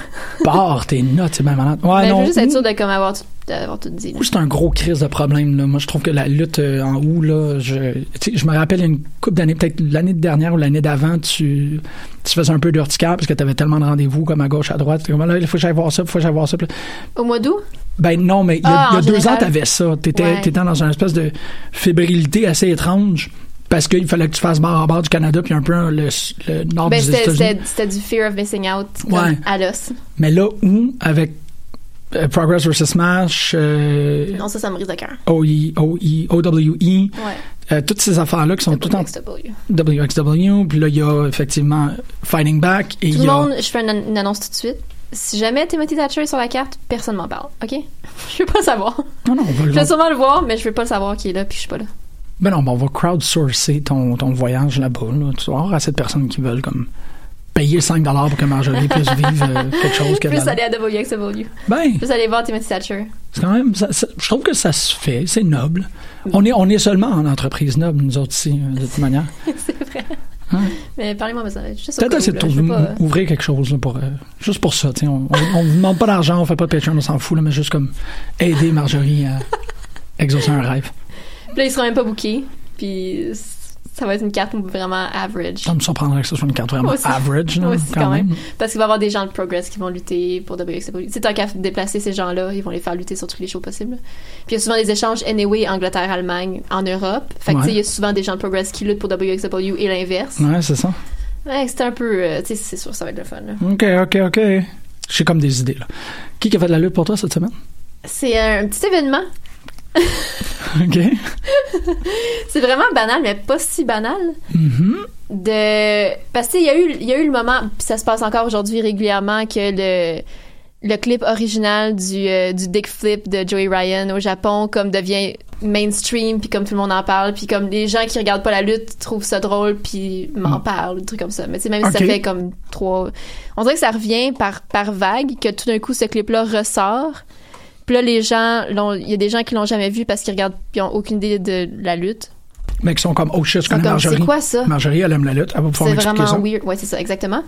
Speaker 10: Barre tes notes, c'est bien malade.
Speaker 7: Mais
Speaker 10: Ouais,
Speaker 7: Ben, je
Speaker 10: Ah non.
Speaker 7: veux juste être sûre de comme avoir tout, d'avoir tout dit. là.
Speaker 10: Ou c'est un gros crise de problème. Là. Moi, je trouve que la lutte euh, en août, là, je, tu sais, je me rappelle une couple d'années, peut-être l'année dernière ou l'année d'avant, tu, tu faisais un peu d'urticaire parce que tu avais tellement de rendez-vous comme à gauche, à droite. T'es Comme, Ah, là, il faut que j'aille voir ça, il faut que j'aille voir ça. Puis là,
Speaker 7: Au mois d'août?
Speaker 10: Ben non, mais il y a,
Speaker 7: Ah,
Speaker 10: il y a
Speaker 7: en
Speaker 10: deux
Speaker 7: général.
Speaker 10: ans, t'avais ça. T'étais
Speaker 7: Ouais.
Speaker 10: t'étais dans une espèce de fébrilité assez étrange parce qu'il fallait que tu fasses bord à bord du Canada puis un peu euh, le, le nord
Speaker 7: Ben,
Speaker 10: des
Speaker 7: c'était-
Speaker 10: États-Unis.
Speaker 7: c'était c'était du fear of missing out comme
Speaker 10: Ouais.
Speaker 7: à l'os.
Speaker 10: Mais là où, avec euh, Progress vs. Smash, euh, E,
Speaker 7: Non, ça, ça me brise le cœur.
Speaker 10: OE, OE, OWE,
Speaker 7: Ouais.
Speaker 10: euh, toutes ces affaires-là qui sont tout en
Speaker 7: W.
Speaker 10: WXW, puis là, il y a effectivement Fighting Back et
Speaker 7: Tout
Speaker 10: il
Speaker 7: le
Speaker 10: y a...
Speaker 7: monde, je fais une, an- une annonce tout de suite. Si jamais Timothy Thatcher est sur la carte, personne m'en parle, OK? Je veux pas le savoir.
Speaker 10: Non, non, on va
Speaker 7: Je
Speaker 10: le
Speaker 7: vais sûrement le voir, mais je veux pas le savoir qui est là puis je suis pas là.
Speaker 10: Ben non, ben on va crowdsourcer ton, ton voyage là-bas. Là. Tu vas avoir assez de personnes qui veulent comme payer 5 pour que Marjorie puisse vivre euh, quelque chose. Que de
Speaker 7: Plus
Speaker 10: la-
Speaker 7: aller à WXW.
Speaker 10: Ben,
Speaker 7: Plus aller voir Timothy Thatcher.
Speaker 10: c'est quand même... ça- ça- je trouve que ça se fait, c'est noble. On est, on est seulement en entreprise noble, nous autres ici, euh, de toute manière.
Speaker 7: c'est vrai.
Speaker 10: Hein?
Speaker 7: Mais parlez-moi, mais ça va être juste au
Speaker 10: Peut-être
Speaker 7: cas
Speaker 10: essayer de
Speaker 7: où, là. Je veux
Speaker 10: trouver-
Speaker 7: pas- hein.
Speaker 10: ouvrir quelque chose là, pour, euh, juste pour ça. tu sais, On on- on vous demande pas d'argent, on fait pas de Patreon, on s'en fout, là, mais juste comme aider Marjorie à exaucer un rêve.
Speaker 7: Puis Là, ils seront même pas bookés. Puis c- ça va être une carte vraiment average.
Speaker 10: Ça me surprendrait que ce soit une carte vraiment
Speaker 7: Moi aussi.
Speaker 10: average, là,
Speaker 7: Moi aussi,
Speaker 10: quand, même.
Speaker 7: Parce qu'il va y avoir des gens de Progress qui vont lutter pour WXW. C'est tant qu'à déplacer ces gens-là, ils vont les faire lutter sur tous les shows possibles. Puis il y a souvent des échanges anyway, Angleterre, Allemagne, en Europe. Fait que tu sais,
Speaker 10: Ouais.
Speaker 7: il y a souvent des gens de Progress qui luttent pour WXW et l'inverse.
Speaker 10: Ouais, c'est ça.
Speaker 7: Ouais, c'était un peu. euh, tu sais, c'est sûr, ça va être le fun. là.
Speaker 10: OK, OK, OK. J'ai comme des idées, là. Qui qui a fait de la lutte pour toi cette semaine?
Speaker 7: C'est un petit événement.
Speaker 10: OK.
Speaker 7: C'est vraiment banal, mais pas si banal.
Speaker 10: Mhm.
Speaker 7: de parce que il y a eu il y a eu le moment puis ça se passe encore aujourd'hui régulièrement que le le clip original du euh, du dick flip de Joey Ryan au Japon comme devient mainstream puis comme tout le monde en parle puis comme les gens qui regardent pas la lutte trouvent ça drôle puis m'en
Speaker 11: Mm.
Speaker 7: parlent des trucs comme ça mais tu sais même si ça
Speaker 11: Ok.
Speaker 7: fait comme trois on dirait que ça revient par par vague que tout d'un coup ce clip là ressort puis là les gens l'ont- il y a des gens qui l'ont jamais vu parce qu'ils regardent puis ils ont aucune idée de la lutte
Speaker 10: Mais qui sont comme, oh
Speaker 11: Ah,
Speaker 10: shit, je connais
Speaker 7: Sont comme, c'est
Speaker 10: Marjorie.
Speaker 7: quoi ça?
Speaker 10: Marjorie, elle aime la lutte. Elle va pouvoir
Speaker 7: c'est
Speaker 10: m'expliquer
Speaker 7: vraiment
Speaker 10: ça.
Speaker 7: weird. Ouais, c'est ça, exactement.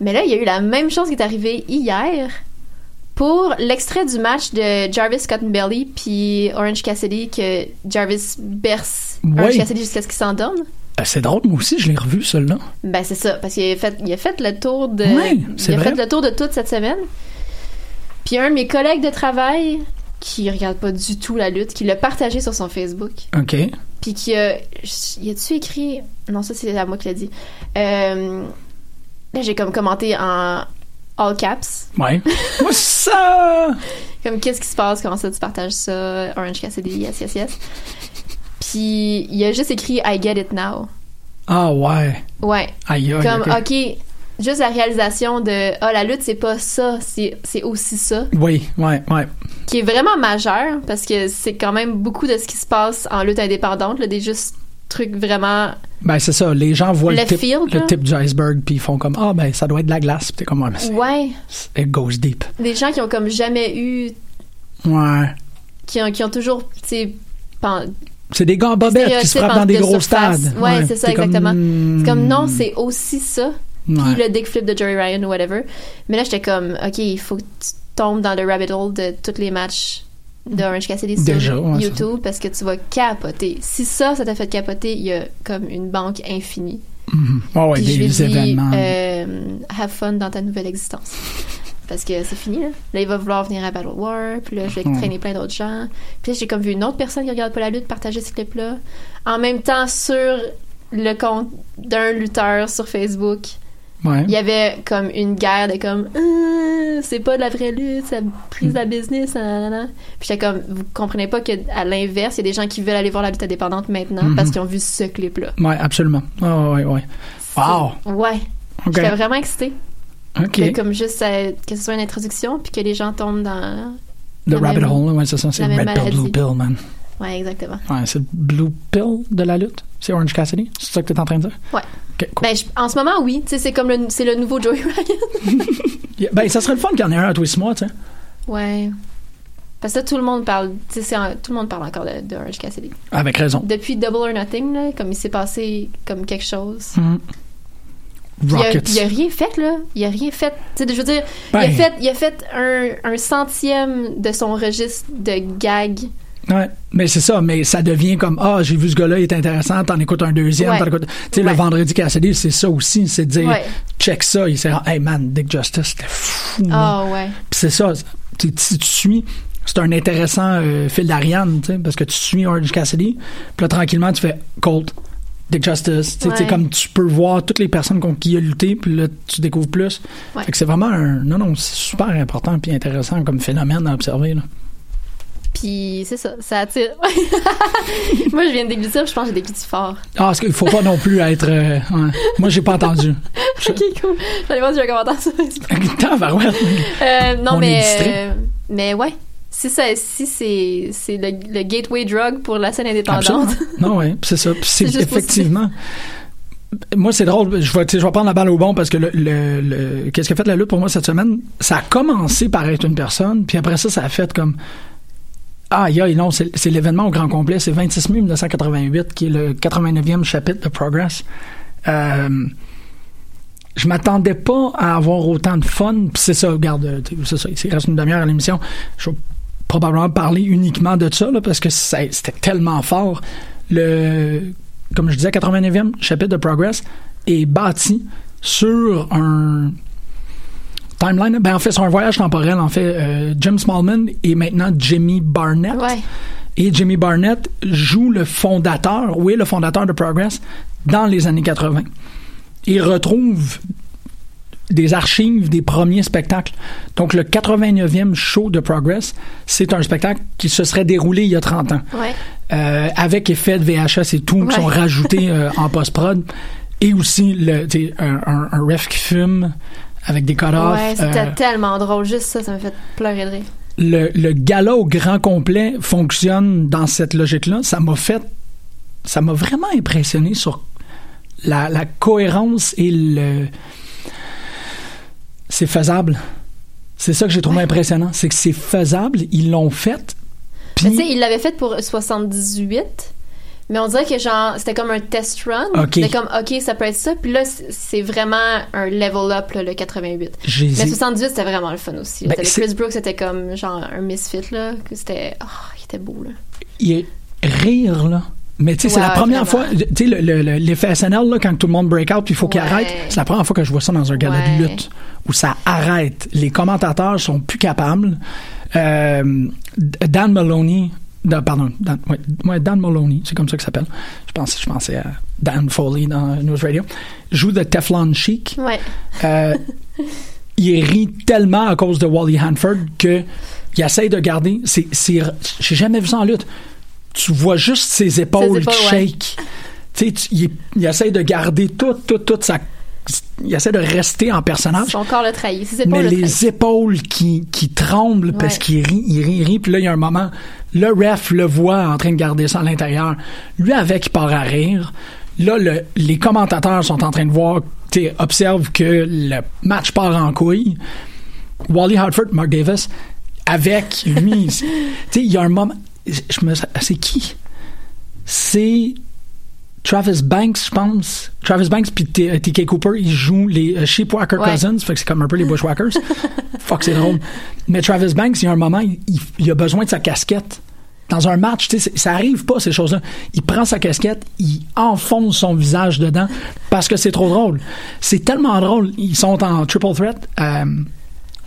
Speaker 7: Mais là, il y a eu la même chose qui est arrivée hier pour l'extrait du match de Jarvis Cottonbelly puis Orange Cassidy que Jarvis berce Orange
Speaker 10: Oui.
Speaker 7: Cassidy jusqu'à ce qu'il s'endorme.
Speaker 10: Euh, C'est drôle, moi aussi, je l'ai revu, celle-là.
Speaker 7: Ben c'est ça, parce qu'il a fait, il a fait le tour de,
Speaker 10: Ouais, c'est
Speaker 7: il a
Speaker 10: vrai.
Speaker 7: fait le tour de toute cette semaine. Puis un de mes collègues de travail qui regarde pas du tout la lutte, qui l'a partagé sur son Facebook.
Speaker 10: OK.
Speaker 7: Puis qui a. Y a-tu écrit. Non, ça, c'est à moi qui l'a dit. Euh, là, j'ai comme commenté en all caps.
Speaker 10: Ouais. Moi, ça!
Speaker 7: Comme qu'est-ce qui se passe, comment ça tu partages ça, Orange Cassidy, yes, yes, yes. Puis il a juste écrit I get it now.
Speaker 10: Ah, ouais.
Speaker 7: Ouais.
Speaker 10: Aïe, aïe.
Speaker 7: comme,
Speaker 10: Ah, ok.
Speaker 7: ok, juste la réalisation de Ah, la lutte, c'est pas ça, c'est c'est aussi ça.
Speaker 10: Oui, ouais, ouais.
Speaker 7: qui est vraiment majeur parce que c'est quand même beaucoup de ce qui se passe en lutte indépendante, là, des juste trucs vraiment
Speaker 10: Ben, c'est ça. Les gens voient le,
Speaker 7: Le
Speaker 10: type,
Speaker 7: field, là.
Speaker 10: le type du iceberg, puis ils font comme, ah, ben, ça doit être de la glace. Puis t'es comme, ouais, mais c'est-
Speaker 7: ouais,
Speaker 10: c'est- it goes deep.
Speaker 7: des gens qui ont comme jamais eu
Speaker 10: Ouais.
Speaker 7: qui ont, qui ont toujours tu sais pen-
Speaker 10: C'est des gars en bobette qui se
Speaker 7: stéréotypes
Speaker 10: frappent dans
Speaker 7: en-
Speaker 10: des
Speaker 7: de
Speaker 10: gros
Speaker 7: surface.
Speaker 10: stades.
Speaker 7: Ouais, c'est ça
Speaker 10: T'es comme,
Speaker 7: exactement.
Speaker 10: hmm.
Speaker 7: C'est comme non, c'est aussi ça.
Speaker 10: Ouais.
Speaker 7: Puis le dick flip de Jerry Ryan ou whatever. Mais là j'étais comme OK, il faut que tu tombes dans le rabbit hole de tous les matchs de Orange Cassidy sur
Speaker 10: Déjà, ouais, ça.
Speaker 7: YouTube parce que tu vas capoter. Si ça ça t'a fait capoter, il y a comme une banque infinie.
Speaker 10: Mhm. Ouais, ouais,
Speaker 7: Puis
Speaker 10: des,
Speaker 7: je lui ai dit,
Speaker 10: événements.
Speaker 7: euh, have fun dans ta nouvelle existence. Parce que c'est fini, là. Là, il va vouloir venir à Battle War, puis là, je vais
Speaker 10: Mm.
Speaker 7: traîner plein d'autres gens. Puis là, j'ai comme vu une autre personne qui regarde pas la lutte partager ce clip-là. En même temps, sur le compte d'un lutteur sur Facebook,
Speaker 10: Ouais.
Speaker 7: il y avait comme une guerre de comme Ah, c'est pas de la vraie lutte, ça prise
Speaker 10: Hmm.
Speaker 7: de la business. nanana. Puis j'étais comme vous comprenez pas que à l'inverse, il y a des gens qui veulent aller voir la lutte indépendante maintenant
Speaker 10: Mhm.
Speaker 7: parce qu'ils ont vu ce clip-là.
Speaker 10: Ouais, absolument. Ah, ouais, ouais. Wow!
Speaker 7: Ouais.
Speaker 10: Ok.
Speaker 7: J'étais vraiment excitée.
Speaker 10: OK.
Speaker 7: Que comme juste euh, que ce soit une introduction puis que les gens tombent dans
Speaker 10: The
Speaker 7: la
Speaker 10: rabbit
Speaker 7: même-
Speaker 10: hole, ouais, c'est ça. C'est
Speaker 7: la
Speaker 10: le
Speaker 7: même
Speaker 10: red pill,
Speaker 7: maladie.
Speaker 10: blue pill, man.
Speaker 7: Ouais, exactement.
Speaker 10: Ouais, c'est le blue pill de la lutte. C'est Orange Cassidy. C'est ça que t'es en train de dire?
Speaker 7: Ouais.
Speaker 10: OK, cool.
Speaker 7: Ben, je- en ce moment, oui. Tu sais, c'est comme le, c'est le nouveau Joey Ryan.
Speaker 10: Yeah, Ben, ça serait le fun qu'il y en ait un à tous les mois, tu sais.
Speaker 7: ouais. Parce que là, tout le monde parle, tu sais, c'est en- tout le monde parle encore de, de Orange Cassidy.
Speaker 10: Avec raison.
Speaker 7: Depuis Double or Nothing, là, comme il s'est passé comme quelque chose.
Speaker 10: Hmm.
Speaker 7: Il a,
Speaker 10: Rockets.
Speaker 7: il a rien fait, là. Il a rien fait. Tu sais, je veux dire, il, a
Speaker 10: Ben.
Speaker 7: fait, il a fait un, un centième de son registre de gag.
Speaker 10: Ouais, mais c'est ça, mais ça devient comme Ah, j'ai vu ce gars-là, il est intéressant, t'en écoutes un deuxième,
Speaker 7: Ouais.
Speaker 10: t'en écoutes. Tu sais, le vendredi Cassidy, c'est ça aussi, c'est de dire
Speaker 7: Ouais.
Speaker 10: check ça, il s'est rendu- Hey man, Dick Justice, c'était fou. là.
Speaker 7: Ah, ouais.
Speaker 10: Puis c'est ça, tu- si tu suis, c'est un intéressant euh, fil d'Ariane, tu sais, parce que tu suis Orange Cassidy, puis là, tranquillement, tu fais Colt, Dick Justice, tu sais, c'est
Speaker 7: Ouais.
Speaker 10: comme tu peux voir toutes les personnes contre qui il a lutté, puis là, tu découvres plus.
Speaker 7: Ouais.
Speaker 10: Fait que c'est vraiment un. Non, non, c'est super important puis intéressant comme phénomène à observer, là.
Speaker 7: Puis c'est ça, ça attire. Moi, je viens de déglutir, je pense que j'ai dégluti fort.
Speaker 10: Ah, parce qu'il faut pas non plus être. euh, ouais. Moi, j'ai pas entendu.
Speaker 7: ok, cool. J'allais voir si j'ai un commentaire sur Facebook.
Speaker 10: Tabarouette.
Speaker 7: Euh, non,
Speaker 10: On est
Speaker 7: mais.
Speaker 10: distrait.
Speaker 7: euh, mais ouais. Si, ça, si c'est, c'est le, le gateway drug pour la scène
Speaker 10: Absolument.
Speaker 7: indépendante.
Speaker 10: Non, ouais, c'est ça. Puis C'est
Speaker 7: C'est juste pour
Speaker 10: effectivement. Moi, c'est drôle. Je vais, tu sais, je vais prendre la balle au bon parce que le, le- le- qu'est-ce qu'a fait la lutte pour moi cette semaine? Ça a commencé par être une personne, puis après ça, ça a fait comme. Ah, aïe, non, c'est c'est l'événement au grand complet. C'est 26 mai 1988, qui est le 89e chapitre de Progress. Euh, je m'attendais pas à avoir autant de fun. Puis c'est ça, regarde, euh, t'sais, c'est ça. Il reste une demi-heure à l'émission. Je vais probablement parler uniquement de ça, là, parce que ça- c'était tellement fort. Le, comme je disais, 89e chapitre de Progress est bâti sur un timeline. Ben, en fait, sur un voyage temporel, en fait, euh, Jim Smallman est maintenant Jimmy Barnett. Et Jimmy Barnett joue le fondateur, oui, le fondateur de Progress dans les années 80. ils retrouvent des archives des premiers spectacles. Donc, le 89e show de Progress, c'est un spectacle qui se serait déroulé il y a 30 ans.
Speaker 7: Ouais.
Speaker 10: Euh, avec effets de VHS et tout, qui sont
Speaker 7: Ouais.
Speaker 10: rajoutés euh, en post-prod. Et aussi, le, tu sais, un, un, un ref qui fume avec des cut-offs.
Speaker 7: Ouais, c'était
Speaker 10: euh,
Speaker 7: tellement drôle. Juste ça, ça m'a fait pleurer de rire.
Speaker 10: le, le gala au grand complet fonctionne dans cette logique-là. Ça m'a fait. Ça m'a vraiment impressionné sur la, la cohérence et le. C'est faisable. C'est ça que j'ai trouvé impressionnant. C'est que c'est faisable. Ils l'ont fait.
Speaker 7: Mais tu sais, il l'avait fait pour 78, mais on dirait que genre, c'était comme un test run.
Speaker 10: Ok.
Speaker 7: C'était comme, OK, ça peut être ça. Puis là, c- c'est vraiment un level up, là, le 88.
Speaker 10: J'ai-
Speaker 7: Mais 78, c'était vraiment le fun aussi.
Speaker 10: Ben,
Speaker 7: T'avais
Speaker 10: c'est-
Speaker 7: Chris Brooks, c'était comme genre un misfit, là. que C'était. Oh, il était beau, là.
Speaker 10: il y a rire, là. Mais tu sais, c'est
Speaker 7: Ouais,
Speaker 10: la première
Speaker 7: vraiment.
Speaker 10: fois, tu sais, le- le- le- l'effet SNL, là, quand tout le monde break out, puis il faut qu'il
Speaker 7: Ouais.
Speaker 10: arrête, c'est la première fois que je vois ça dans un gala de
Speaker 7: Ouais.
Speaker 10: lutte, où ça arrête. Les commentateurs sont plus capables. Euh, Dan Maloney, Dan- pardon, Dan, ouais, ouais, Dan Maloney, c'est comme ça qu'il s'appelle. Je pensais, je pensais à Dan Foley dans News Radio. Joue de Teflon Chic.
Speaker 7: Ouais.
Speaker 10: Euh, il rit tellement à cause de Wally Hanford que il essaie de garder. C'est, c'est- j'ai jamais vu ça en lutte. Tu vois juste ses épaules,
Speaker 7: épaules,
Speaker 10: qui
Speaker 7: ouais.
Speaker 10: shake. Tu sais, tu- il, il essaie de garder tout, tout, tout sa. Il essaie de rester en personnage.
Speaker 7: Son corps le trahit. C'est pas
Speaker 10: Mais
Speaker 7: le
Speaker 10: les
Speaker 7: trahit.
Speaker 10: épaules qui, qui tremblent parce
Speaker 7: Ouais.
Speaker 10: qu'il rit, il rit, il rit. Puis là, il y a un moment, le ref le voit en train de garder ça à l'intérieur. Lui, avec, il part à rire. Là, le- les commentateurs sont en train de voir, tu sais, observent que le match part en couille. Wally Hartford, Mark Davis, avec lui. tu sais, il y a un moment. je- Je me, c'est qui? C'est Travis Banks, je pense. Travis Banks puis T- T.K. Cooper, ils jouent les euh, Sheepwalker
Speaker 7: Ouais.
Speaker 10: Cousins, fait que c'est comme un peu les Bushwhackers. Fuck, c'est drôle. Mais Travis Banks, il y a un moment, il, il- il a besoin de sa casquette. Dans un match, tu sais, c'est- ça arrive pas, ces choses-là. Il prend sa casquette, il enfonce son visage dedans parce que c'est trop drôle. C'est tellement drôle. Ils sont en triple threat. euh,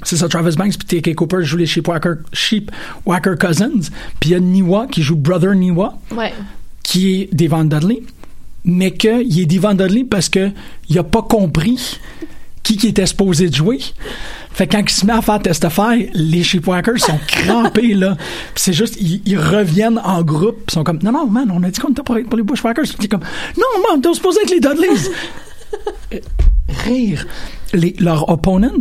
Speaker 10: c'est ça, Travis Banks puis T.K. Cooper jouent les Sheepwalker, Sheepwalker Cousins. Puis il y a Niwa qui joue Brother Niwa
Speaker 7: Ouais.
Speaker 10: qui est Devon Dudley, mais qu'il est Devon Dudley parce qu'il n'a pas compris qui, qui était supposé de jouer. Fait que quand il se met à faire testify, les Sheepwalkers sont crampés, là. Puis c'est juste, ils, ils reviennent en groupe, ils sont comme, non, non, man, on a dit qu'on était pour, pour les Bushwhackers. Puis t'es comme, non, man, t'es supposé être les Dudleys. Euh, Rire. Les, leurs opponents,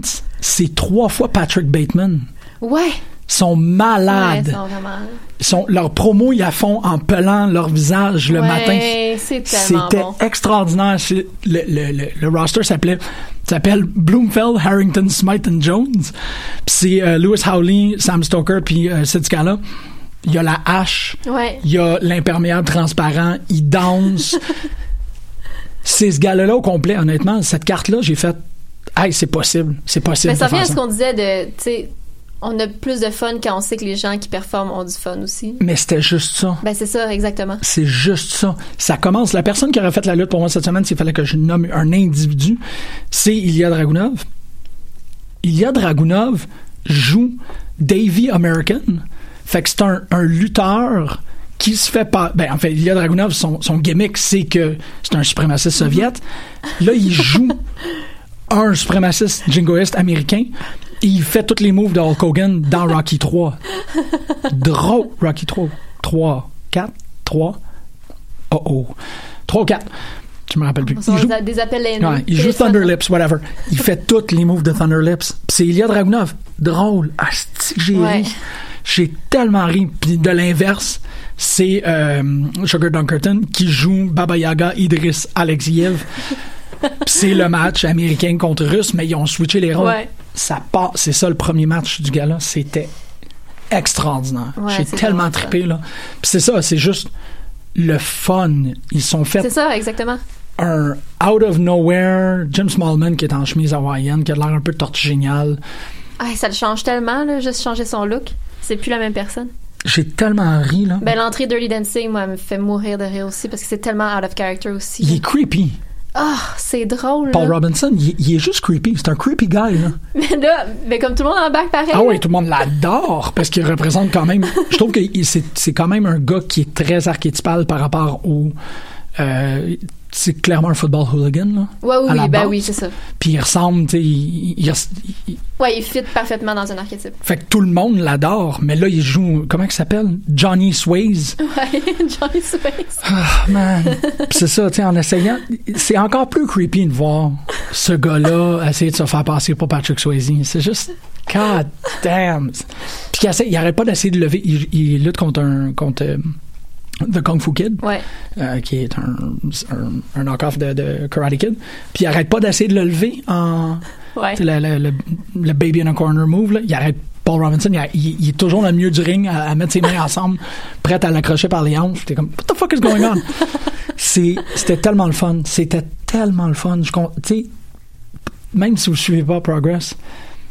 Speaker 10: c'est trois fois Patrick Bateman.
Speaker 7: Ouais.
Speaker 10: Ils
Speaker 7: Ouais,
Speaker 10: sont malades.
Speaker 7: ils sont vraiment.
Speaker 10: Ils sont, leurs promos, ils la font en pelant leur visage le
Speaker 7: Ouais,
Speaker 10: matin.
Speaker 7: c'est tellement
Speaker 10: C'était
Speaker 7: bon.
Speaker 10: extraordinaire. C'est- Le, le- le- le roster s'appelait s'appelle Bloomfield, Harrington, Smythe and Jones. Puis c'est euh, Lewis Howley, Sam Stoker, puis euh, Sid Scala. Il y a la hache,
Speaker 7: Ouais.
Speaker 10: il y a l'imperméable transparent, il danse. c'est ce gars-là au complet, honnêtement. Cette carte-là, j'ai fait « Hey, c'est possible, c'est possible
Speaker 7: Mais
Speaker 10: de
Speaker 7: ça revient
Speaker 10: faire
Speaker 7: à
Speaker 10: ça.
Speaker 7: ce qu'on disait de. Tu sais, on a plus de fun quand on sait que les gens qui performent ont du fun aussi.
Speaker 10: Mais c'était juste ça.
Speaker 7: Ben, c'est ça, exactement.
Speaker 10: C'est juste ça. Ça commence. La personne qui aurait fait la lutte pour moi cette semaine, s'il fallait que je nomme un individu, c'est Ilya Dragunov. Ilya Dragunov joue Davy American. Fait que c'est un, un lutteur qui se fait pas. Ben, en fait, Ilya Dragunov, son, son gimmick, c'est que c'est un suprémaciste soviète. Là, il joue un suprémaciste jingoïste américain. Et il fait tous les moves de Hulk Hogan dans Rocky 3. Drôle. Rocky 3. 3, 4, 3. Oh oh. 3 ou 4. Je me rappelle plus.
Speaker 7: On
Speaker 10: Il joue-
Speaker 7: a des appels haineux.
Speaker 10: Ouais, il joue Thunder Lips, whatever. Il fait tous les moves de Thunder Lips. Puis c'est Ilya Dragunov. Drôle. Asti que j'ai
Speaker 7: Ouais.
Speaker 10: ri. J'ai tellement ri. Puis de l'inverse, c'est euh, Sugar Dunkerton qui joue Baba Yaga, Idris, Alexiev. Puis c'est le match américain contre russe, mais ils ont switché les rôles.
Speaker 7: Ouais.
Speaker 10: Ça part. C'est ça le premier match du gala. C'était extraordinaire.
Speaker 7: Ouais,
Speaker 10: j'ai
Speaker 7: c'est
Speaker 10: tellement
Speaker 7: vraiment
Speaker 10: trippé, là. Puis c'est ça, c'est juste le fun. Ils sont faits
Speaker 7: C'est ça, exactement.
Speaker 10: un out of nowhere Jim Smallman qui est en chemise hawaïenne, qui a l'air un peu de tortue géniale.
Speaker 7: Ah, ça le change tellement, là, juste changer son look. C'est plus la même personne.
Speaker 10: J'ai tellement ri, là.
Speaker 7: Ben, l'entrée Dirty Dancing, moi, elle me fait mourir de rire aussi parce que c'est tellement out of character aussi.
Speaker 10: il est creepy.
Speaker 7: Ah, c'est drôle.
Speaker 10: Paul
Speaker 7: là.
Speaker 10: Robinson, il, il est juste creepy. C'est un creepy guy, là.
Speaker 7: Mais là, mais comme tout le monde en bac pareil.
Speaker 10: Ah oui,
Speaker 7: là.
Speaker 10: tout le monde l'adore parce qu'il représente quand même. Je trouve que il- c'est c'est quand même un gars qui est très archétypal par rapport au. euh, tu c'est clairement un football hooligan. Là,
Speaker 7: Ouais, oui,
Speaker 10: à la
Speaker 7: oui, ben
Speaker 10: base.
Speaker 7: oui, c'est ça.
Speaker 10: Puis il ressemble, tu sais, il- il- il res-
Speaker 7: Ouais, il fit parfaitement dans un archétype.
Speaker 10: fait que tout le monde l'adore, mais là, il joue, comment il s'appelle? Johnny Swayze.
Speaker 7: Ouais, Johnny Space.
Speaker 10: Ah, man. Puis c'est ça, tu sais, en essayant, c'est encore plus creepy de voir ce gars-là essayer de se faire passer pour Patrick Swayze. C'est juste, god damn. Puis il, essaie- il arrête pas d'essayer de lever, il, il lutte contre un, contre euh, The Kung Fu Kid,
Speaker 7: Ouais.
Speaker 10: euh, qui est un, un, un knock-off de, de Karate Kid. Puis il arrête pas d'essayer de le lever en,
Speaker 7: Ouais.
Speaker 10: tu sais, le, le- le- le baby in a corner move, là. il arrête Paul Robinson, il, a- il- il est toujours dans le milieu du ring à, à mettre ses mains ensemble, prêt à l'accrocher par les hanches. T'es comme, what the fuck is going on? C'est- C'était tellement le fun. C'était tellement le fun. Je, con- tu sais, même si vous suivez pas Progress,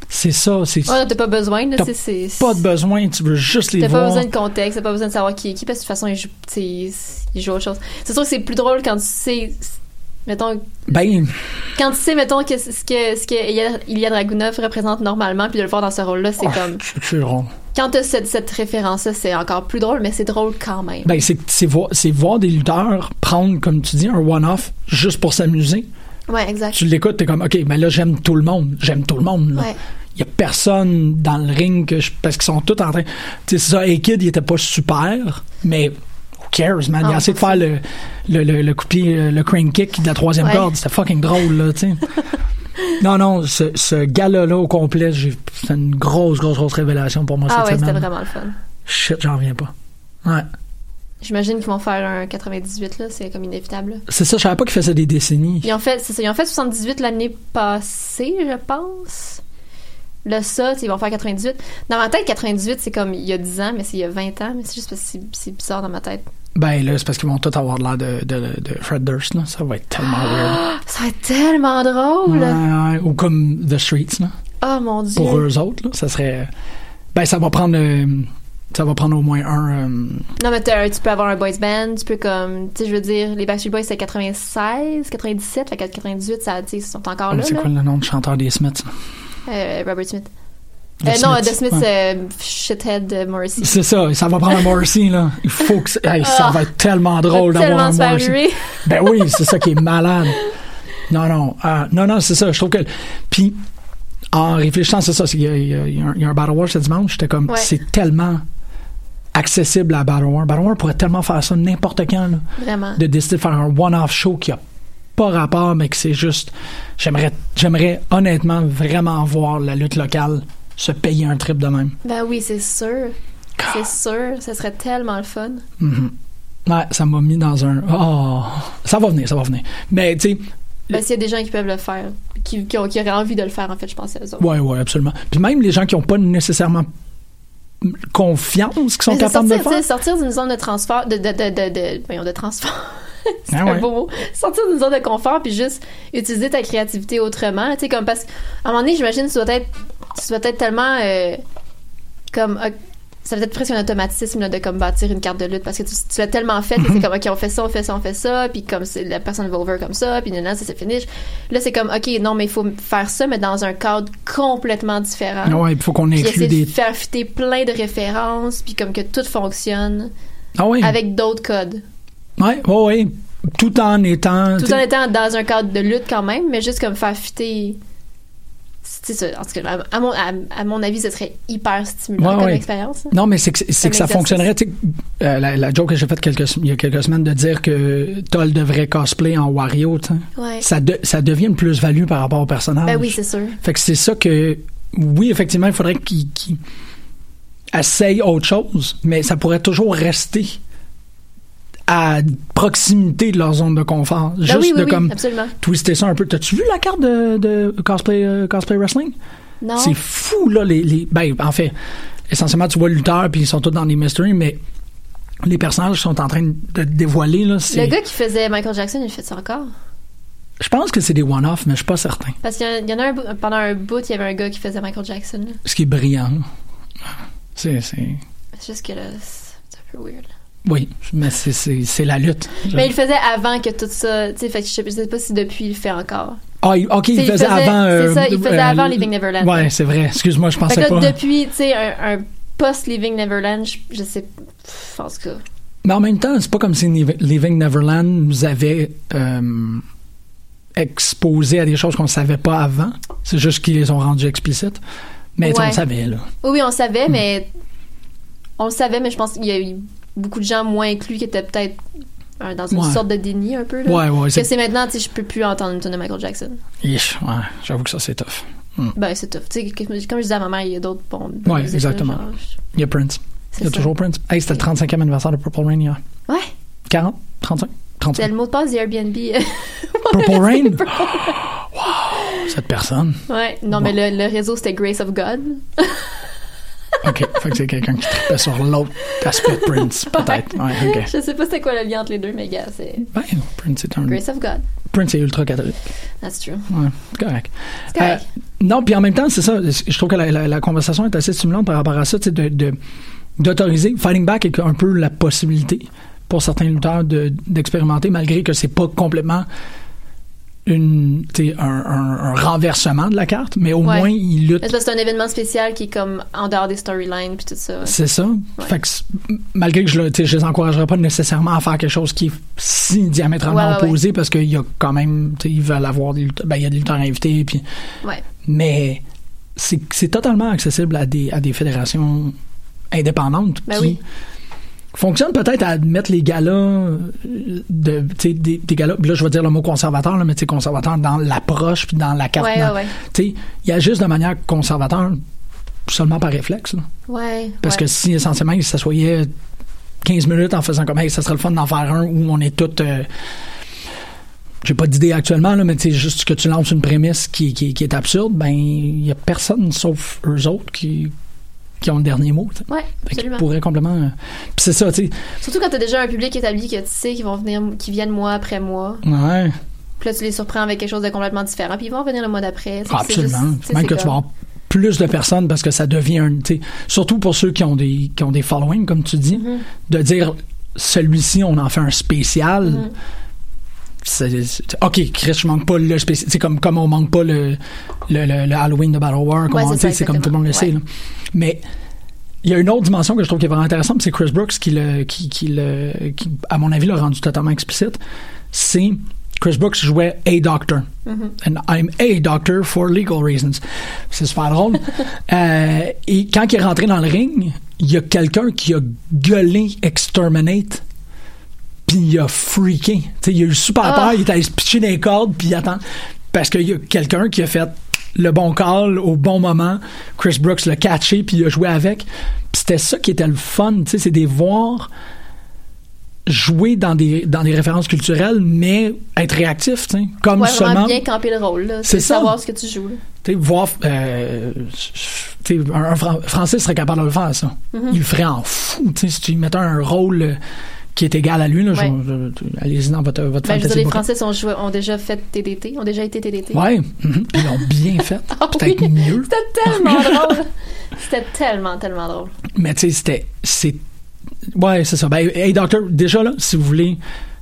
Speaker 10: c'est ça. c'est
Speaker 7: Ouais, t'as pas besoin, là,
Speaker 10: t'as
Speaker 7: tu sais, c'est.
Speaker 10: pas de besoin. Tu veux juste les
Speaker 7: T'as
Speaker 10: voir.
Speaker 7: pas besoin de contexte, t'as pas besoin de savoir qui est qui, parce que de toute façon, il joue, tu sais, il il joue autre chose. C'est sûr que c'est plus drôle quand tu sais, mettons,
Speaker 10: Ben,
Speaker 7: quand tu sais, mettons, que c'est ce que, ce que Ilya- Ilya Dragunov représente normalement, puis de le voir dans ce rôle-là, c'est comme.
Speaker 10: oh, je suis rond.
Speaker 7: Quand t'as cette, cette référence-là, c'est encore plus drôle, mais c'est drôle quand même.
Speaker 10: Ben, c'est c'est voir, c'est voir des lutteurs prendre, comme tu dis, un one-off juste pour s'amuser.
Speaker 7: ouais, exact.
Speaker 10: Ben, tu l'écoutes, t'es comme, OK, mais là, j'aime tout le monde. J'aime tout le monde. là.
Speaker 7: Ouais.
Speaker 10: Il y a personne dans le ring que je- parce qu'ils sont tous en train. Tu sais, c'est ça, A-Kid, il était pas super, mais who cares,
Speaker 7: Ah,
Speaker 10: man? Il a essayé de faire le, le, le, le coup de pied, euh, le crane kick de la troisième
Speaker 7: Ouais.
Speaker 10: corde. C'était fucking drôle, là, tu sais. non, non, ce, ce gala-là au complet, j'ai- c'était une grosse, grosse, grosse révélation pour moi
Speaker 7: ah
Speaker 10: cette
Speaker 7: ouais, c'était
Speaker 10: semaine.
Speaker 7: vraiment le fun.
Speaker 10: Shit, j'en reviens pas. Ouais.
Speaker 7: J'imagine qu'ils vont faire un 98, là, c'est comme inévitable. là.
Speaker 10: C'est ça, je savais pas qu'il faisait des décennies.
Speaker 7: Ils ont fait, c'est ça, ils ont fait 78 l'année passée, je pense. Là, ça, tu sais, ils vont faire 98. Dans ma tête, 98, c'est comme il y a 10 ans, mais c'est il y a 20 ans, mais c'est juste parce que c'est- c'est bizarre dans ma tête.
Speaker 10: Ben là, c'est parce qu'ils vont tous avoir l'air de, de, de Fred Durst, là. Ça va être tellement
Speaker 7: Ah,
Speaker 10: weird.
Speaker 7: Ça va être tellement drôle!
Speaker 10: Ouais, ouais, ou comme The Streets, là.
Speaker 7: Oh mon dieu!
Speaker 10: Pour eux autres, là, ça serait. Ben, ça va prendre. euh, ça va prendre au moins un. euh,
Speaker 7: Non, mais t'as- tu peux avoir un boys band, tu peux comme, tu sais, je veux dire, les Backstreet Boys, c'est 96, 97, fait que 98, ça, tu sais, ils sont encore là.
Speaker 10: Ah, c'est
Speaker 7: là.
Speaker 10: quoi le nom du chanteur des Smiths? là?
Speaker 7: Euh, Robert Smith.
Speaker 10: The
Speaker 7: Euh, non,
Speaker 10: Smiths,
Speaker 7: The Smith,
Speaker 10: ouais.
Speaker 7: euh, Shithead euh, Morrissey.
Speaker 10: C'est ça, ça va prendre un Morrissey, là. Il faut que. c'est- hey, ça
Speaker 7: Ah,
Speaker 10: va être tellement drôle
Speaker 7: va
Speaker 10: d'avoir un
Speaker 7: tellement se faire
Speaker 10: Morrissey.
Speaker 7: huer.
Speaker 10: Ben oui, c'est ça qui est malade. Non, non. ah, non, non, c'est ça. Je trouve que. Puis, en réfléchissant, c'est ça. c'est- Il y, a- il y a- il y a un- il y a un Battle War ce dimanche. J'étais comme.
Speaker 7: Ouais.
Speaker 10: C'est tellement accessible à Battle War. Battle War pourrait tellement faire ça n'importe quand, là.
Speaker 7: Vraiment.
Speaker 10: de décider de faire un one-off show qui a pas rapport, mais que c'est juste. J'aimerais, j'aimerais honnêtement vraiment voir la lutte locale se payer un trip de même.
Speaker 7: Ben oui, c'est sûr. C'est sûr, ça serait tellement le fun.
Speaker 10: Mhm. Ouais, ça m'a mis dans un. Oh, ça va venir, ça va venir. Mais tu sais,
Speaker 7: Ben, s'il y a des gens qui peuvent le faire, qui, qui, ont- qui auraient envie de le faire, en fait, je pense à eux autres.
Speaker 10: ouais, ouais, absolument. Puis même les gens qui n'ont pas nécessairement confiance, qui sont
Speaker 7: Mais c'est
Speaker 10: capables
Speaker 7: sortir,
Speaker 10: de le
Speaker 7: tu
Speaker 10: faire.
Speaker 7: sais, sortir d'une zone de transport, de, de, de, de, de- voyons, de transport. c'est
Speaker 10: Ah
Speaker 7: un
Speaker 10: ouais.
Speaker 7: beau mot. Sortir d'une zone de confort, puis juste utiliser ta créativité autrement. Tu sais, comme parce qu'à un moment donné, j'imagine, tu dois être, tu dois être tellement, euh, comme, ok, ça va être presque un automatisme, là, de comme bâtir une carte de lutte, parce que tu, tu l'as tellement fait, que c'est
Speaker 10: Mm-hmm.
Speaker 7: comme, OK, on fait ça, on fait ça, on fait ça, puis comme, c'est- la personne va over comme ça, puis là, ça se finish. Là, c'est comme, OK, non, mais il faut faire ça, mais dans un cadre complètement différent.
Speaker 10: Ouais, il faut qu'on
Speaker 7: Puis
Speaker 10: inclue
Speaker 7: essayer
Speaker 10: des.
Speaker 7: de faire fitter plein de références, puis comme que tout fonctionne
Speaker 10: Ah ouais.
Speaker 7: avec d'autres codes.
Speaker 10: Ouais, ouais, ouais. Tout en étant. tu
Speaker 7: Tout
Speaker 10: sais,
Speaker 7: en étant dans un cadre de lutte quand même, mais juste comme faire fitter. C'est ça. En tout cas, à mon, à, à mon avis, ce serait hyper stimulant
Speaker 10: Ouais,
Speaker 7: comme
Speaker 10: ouais.
Speaker 7: expérience.
Speaker 10: Non, mais c'est que, c'est
Speaker 7: Comme
Speaker 10: que ça
Speaker 7: exercice.
Speaker 10: fonctionnerait. tu sais, euh, la, la joke que j'ai faite quelques- il y a quelques semaines de dire que Toll devrait cosplay en Wario, tu sais.
Speaker 7: Ouais.
Speaker 10: ça, de- ça devient une plus-value par rapport au personnage.
Speaker 7: Ben oui, c'est sûr.
Speaker 10: Fait que c'est ça que, oui, effectivement, il faudrait qu'il qu'il essaye autre chose, mais ça pourrait toujours rester à proximité de leur zone de confort. Juste
Speaker 7: ben oui, oui,
Speaker 10: de
Speaker 7: oui,
Speaker 10: comme
Speaker 7: absolument.
Speaker 10: twister ça un peu. T'as-tu vu la carte de, de cosplay, euh, cosplay wrestling?
Speaker 7: Non.
Speaker 10: C'est fou, là, les, les- Ben, en fait, essentiellement, tu vois le lutteur, puis ils sont tous dans des mysteries, mais les personnages sont en train de dévoiler, là,
Speaker 7: Le
Speaker 10: c'est...
Speaker 7: gars qui faisait Michael Jackson, il fait ça encore.
Speaker 10: Je pense que c'est des one-off, mais je suis pas certain.
Speaker 7: Parce qu'il y en a- il y en a un bout- pendant un bout, il y avait un gars qui faisait Michael Jackson. là.
Speaker 10: Ce qui est brillant, là. C'est... c'est-
Speaker 7: C'est juste que là, c'est c'est un peu weird. là.
Speaker 10: Oui, mais c'est- c'est c'est la lutte.
Speaker 7: Mais il le faisait avant que tout ça. Tu sais, fait que je sais, je sais pas si depuis il le fait encore.
Speaker 10: Ah, il- OK,
Speaker 7: Tu
Speaker 10: il
Speaker 7: sais,
Speaker 10: faisait, avant... euh,
Speaker 7: C'est ça, il faisait
Speaker 10: euh,
Speaker 7: avant Living Neverland.
Speaker 10: Ouais, c'est vrai. Excuse-moi, je
Speaker 7: Fait que
Speaker 10: pensais
Speaker 7: là,
Speaker 10: pas...
Speaker 7: depuis, tu sais, un, un post-Living Neverland, je, je sais. Pff, en tout cas.
Speaker 10: Mais en même temps, c'est pas comme si Niv- Leaving Neverland nous avait euh, exposé à des choses qu'on savait pas avant. C'est juste qu'ils les ont rendues explicites. Mais tu sais, on
Speaker 7: Ouais.
Speaker 10: le savait, là.
Speaker 7: Oui, oui, on le
Speaker 10: Hmm.
Speaker 7: savait, mais. On le savait, mais je pense qu'il y a eu beaucoup de gens moins inclus qui étaient peut-être euh, dans une
Speaker 10: Ouais.
Speaker 7: sorte de déni un peu. Là.
Speaker 10: Ouais, ouais,
Speaker 7: Que
Speaker 10: c'est-
Speaker 7: c'est maintenant, tu sais, je peux plus entendre une tune de Michael Jackson.
Speaker 10: Ish, ouais, j'avoue que ça, c'est tough. Hmm.
Speaker 7: Ben, c'est tough. Tu sais, que- comme je disais à ma mère, il y a d'autres bons.
Speaker 10: Ouais, exactement. Il y a Prince.
Speaker 7: C'est
Speaker 10: Il y a
Speaker 7: ça.
Speaker 10: toujours Prince. Hey, c'était le 35e anniversaire de Purple Rain hier.
Speaker 7: Ouais.
Speaker 10: 40? 35? 35?
Speaker 7: C'est le mot de passe du Airbnb.
Speaker 10: Purple Rain? wow! Cette personne.
Speaker 7: ouais. Non, mais le, le réseau, c'était Grace of God.
Speaker 10: OK. fait que c'est quelqu'un qui trippait sur l'autre aspect de Prince, peut-être. Ouais, OK.
Speaker 7: je sais pas c'est quoi le lien entre les deux, mais gars, c'est
Speaker 10: Ben, Prince est un...
Speaker 7: Grace of God.
Speaker 10: Prince est ultra catholique.
Speaker 7: That's true.
Speaker 10: Ouais, c'est correct.
Speaker 7: C'est correct.
Speaker 10: Euh, non, puis en même temps, c'est ça. Je trouve que la, la- la conversation est assez stimulante par rapport à ça, tu sais, de- de- d'autoriser. Fighting Back est un peu la possibilité pour certains lutteurs de- d'expérimenter, malgré que c'est pas complètement une, tu sais, un, un- un renversement de la carte, mais au
Speaker 7: Ouais.
Speaker 10: moins, ils luttent
Speaker 7: Mais c'est parce que c'est un événement spécial qui est comme en dehors des storylines puis tout ça.
Speaker 10: C'est ça. Fait que, c'est- malgré que je, le- tu sais, je les encouragerais pas nécessairement à faire quelque chose qui est si diamétralement
Speaker 7: Ouais, ouais,
Speaker 10: opposé parce qu'il y a quand même, tu sais, ils veulent avoir des lutteurs, ben, il y a des lutteurs invités. Puis,
Speaker 7: Ouais.
Speaker 10: Mais c'est c'est totalement accessible à des, à des fédérations indépendantes
Speaker 7: Ben
Speaker 10: qui
Speaker 7: oui.
Speaker 10: fonctionnent peut-être à mettre les galas euh, de, tu sais, des, des galas, là je vais dire le mot conservateur, là, mais tu sais, conservateur dans l'approche puis dans la carte.
Speaker 7: Ouais,
Speaker 10: dans-
Speaker 7: ouais, ouais.
Speaker 10: tu sais, Il y a juste de manière conservateur seulement par réflexe. là.
Speaker 7: Ouais.
Speaker 10: Parce
Speaker 7: ouais.
Speaker 10: que si essentiellement ils s'assoyaient 15 minutes en faisant comme hey, ça serait le fun d'en faire un où on est tous. euh, j'ai pas d'idée actuellement, là, mais c'est juste que tu lances une prémisse qui, qui- qui est absurde, ben il y a personne sauf eux autres qui, qui ont le dernier mot. tu sais.
Speaker 7: Ouais,
Speaker 10: Fait qu'ils
Speaker 7: absolument.
Speaker 10: pourraient complètement. euh, Puis c'est ça, tu sais.
Speaker 7: Surtout quand t'as déjà un public établi que tu sais qu'ils vont venir, qu'ils viennent mois après mois.
Speaker 10: Ouais.
Speaker 7: Puis là, tu les surprends avec quelque chose de complètement différent. Puis ils vont revenir le mois d'après. C'est-
Speaker 10: Ah,
Speaker 7: c'est juste-
Speaker 10: absolument.
Speaker 7: tu sais,
Speaker 10: Même
Speaker 7: c'est
Speaker 10: que tu vas
Speaker 7: comme-
Speaker 10: avoir plus de personnes parce que ça devient un. tu sais, Surtout pour ceux qui ont des qui ont des followings, comme tu dis,
Speaker 7: Mm-hmm.
Speaker 10: de dire celui-ci, on en fait un spécial.
Speaker 7: Mm-hmm.
Speaker 10: C'est- c'est- ok, Chris, je manque pas le spécial. C'est comme, comme on manque pas le, le, le- le Halloween de Battle War. Comme
Speaker 7: Ouais,
Speaker 10: on-
Speaker 7: c'est
Speaker 10: tu sais,
Speaker 7: ça,
Speaker 10: c'est comme tout
Speaker 7: exactement.
Speaker 10: le monde le sait.
Speaker 7: Ouais.
Speaker 10: là. Mais il y a une autre dimension que je trouve qui est vraiment intéressante, c'est Chris Brooks qui, le, qui, qui le, qui, à mon avis, l'a rendu totalement explicite. C'est Chris Brooks jouait A Doctor.
Speaker 7: Mm-hmm.
Speaker 10: And I'm a doctor for legal reasons. C'est super drôle. Euh, et quand il est rentré dans le ring, il y a quelqu'un qui a gueulé exterminate, puis il a freaké. Tu sais, il a eu
Speaker 7: Ah.
Speaker 10: super peur, il est allé se pitcher dans les cordes, puis il attend. Parce qu'il y a quelqu'un qui a fait le bon call au bon moment. Chris Brooks l'a catché, puis il a joué avec. Puis c'était ça qui était le fun, tu sais, c'est des voir jouer dans des dans des références culturelles mais être réactif tu sais comme
Speaker 7: Ouais,
Speaker 10: seulement
Speaker 7: vraiment bien camper le rôle. là. C'est
Speaker 10: C'est ça.
Speaker 7: savoir ce que tu joues. là.
Speaker 10: tu sais, voir. euh, tu sais, un, un Fran- Français serait capable de le faire, ça.
Speaker 7: Mhm.
Speaker 10: Il le ferait en fou. tu sais, Si tu lui mettais un rôle euh, qui est égal à lui, là, je-
Speaker 7: Ouais.
Speaker 10: je- je- allez-y dans votre, votre
Speaker 7: Ben, je veux dire,
Speaker 10: fantasy
Speaker 7: les
Speaker 10: book.
Speaker 7: Français sont joués- ont déjà fait TDT, ont déjà été TDT.
Speaker 10: Ouais, mhm, ils l'ont bien fait.
Speaker 7: Ah
Speaker 10: Peut-être
Speaker 7: oui.
Speaker 10: mieux.
Speaker 7: C'était tellement drôle. C'était tellement, tellement drôle.
Speaker 10: Mais tu sais, c'était. c'est- Ouais, c'est ça. Ben, hey, Doctor, déjà là, si vous voulez,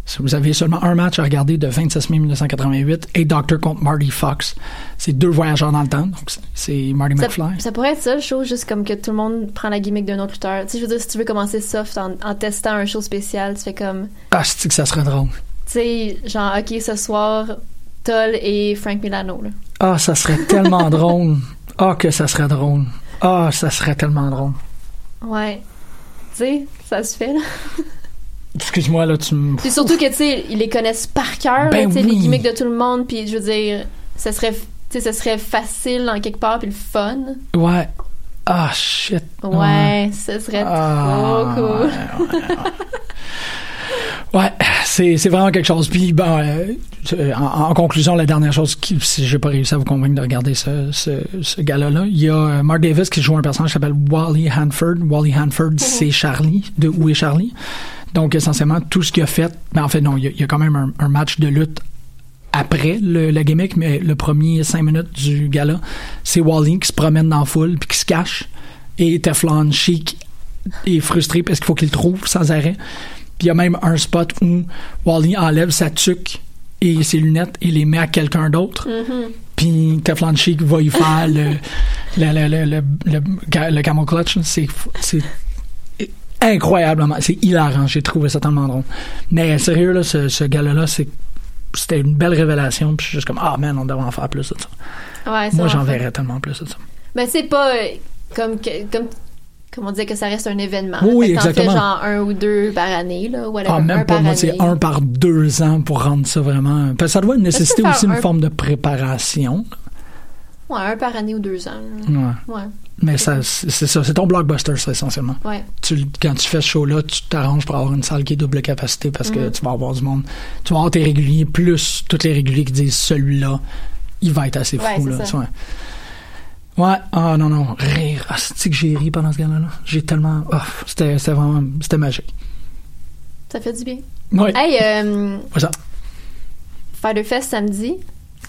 Speaker 10: si vous avez seulement un match à regarder de 26 mai 1988, Hey Doctor contre Marty Fox. C'est deux voyageurs dans le temps. Donc, c'est- c'est Marty
Speaker 7: Ça,
Speaker 10: McFly.
Speaker 7: ça pourrait être ça, le show, juste comme que tout le monde prend la gimmick d'un autre lutteur. Tu sais, je veux dire, si tu veux commencer soft en, en testant un show spécial, tu fais comme,
Speaker 10: Ah, c'est que ça serait drôle.
Speaker 7: tu sais, genre, OK, ce soir, Toll et Frank Milano, là.
Speaker 10: Ah, ça serait tellement drôle. Ah, que ça serait drôle. Ah, ça serait tellement drôle.
Speaker 7: Ouais. Tu sais, ça se fait, là.
Speaker 10: Excuse-moi, là, tu me.
Speaker 7: Puis surtout que, tu sais, ils les connaissent par cœur, là,
Speaker 10: Ben
Speaker 7: tu sais, les
Speaker 10: oui.
Speaker 7: gimmicks de tout le monde, puis je veux dire, ça serait, tu sais, ça serait facile en quelque part, puis le fun.
Speaker 10: Ouais. Ah, shit.
Speaker 7: Ouais, ce serait
Speaker 10: Ah,
Speaker 7: trop cool.
Speaker 10: Ouais, c'est, c'est vraiment quelque chose. Puis, ben, euh, euh, en, en conclusion, la dernière chose, qui, si j'ai pas réussi à vous convaincre de regarder ce, ce, ce gars-là, il y a euh, Mark Davis qui joue un personnage qui s'appelle Wally Hanford. Wally
Speaker 7: Mhm.
Speaker 10: Hanford, c'est Charlie, de Où est Charlie? Donc, essentiellement, tout ce qu'il a fait, ben, en fait, non, il y a, il y a quand même un, un match de lutte après le, la gimmick, mais le premier cinq minutes du gala, c'est Wally qui se promène dans la foule puis qui se cache. Et Teflon Chic est frustré parce qu'il faut qu'il le trouve sans arrêt. Puis il y a même un spot où Wally enlève sa tuque et ses lunettes et les met à quelqu'un d'autre. Puis Teflon Chic va y faire le, le, le, le, le, le, le camel clutch. C'est, c'est incroyablement. C'est hilarant. J'ai trouvé ça tellement drôle. Mais sérieux, là, ce, ce gala-là, c'est- c'était une belle révélation. Puis je suis juste comme, ah man, on devrait en faire plus de ça.
Speaker 7: Ouais, ça
Speaker 10: Moi,
Speaker 7: va
Speaker 10: j'en
Speaker 7: faire.
Speaker 10: verrais tellement plus de ça.
Speaker 7: Mais c'est pas euh, comme que- comme comme on disait que ça reste un événement.
Speaker 10: Oui, oui,
Speaker 7: Fait que t'en fais
Speaker 10: exactement.
Speaker 7: genre un ou deux par année là, ou
Speaker 10: Ah, même
Speaker 7: par
Speaker 10: pour moi,
Speaker 7: année.
Speaker 10: c'est un par deux ans pour rendre ça vraiment. Parce que ça doit nécessiter
Speaker 7: faire
Speaker 10: aussi une
Speaker 7: un-
Speaker 10: forme de préparation.
Speaker 7: Ouais, un par année ou deux ans.
Speaker 10: Ouais.
Speaker 7: là. Ouais.
Speaker 10: Mais ça, c'est c'est ça, c'est ton blockbuster, ça, essentiellement.
Speaker 7: Ouais.
Speaker 10: Tu le- quand tu fais ce show-là, tu t'arranges pour avoir une salle qui est double capacité parce que
Speaker 7: Mhm.
Speaker 10: tu vas avoir du monde. Tu vas avoir tes réguliers plus tous les réguliers qui disent celui-là, il va être assez
Speaker 7: Ouais,
Speaker 10: fou.
Speaker 7: c'est
Speaker 10: là,
Speaker 7: ça.
Speaker 10: tu vois. Ouais, ah non, non, rire. Ah, c'est que j'ai ri pendant ce gala-là. J'ai tellement. oh, c'était c'était vraiment. C'était magique.
Speaker 7: Ça fait du bien.
Speaker 10: Ouais.
Speaker 7: Hey, euh,
Speaker 10: Voilà.
Speaker 7: Fighterfest samedi.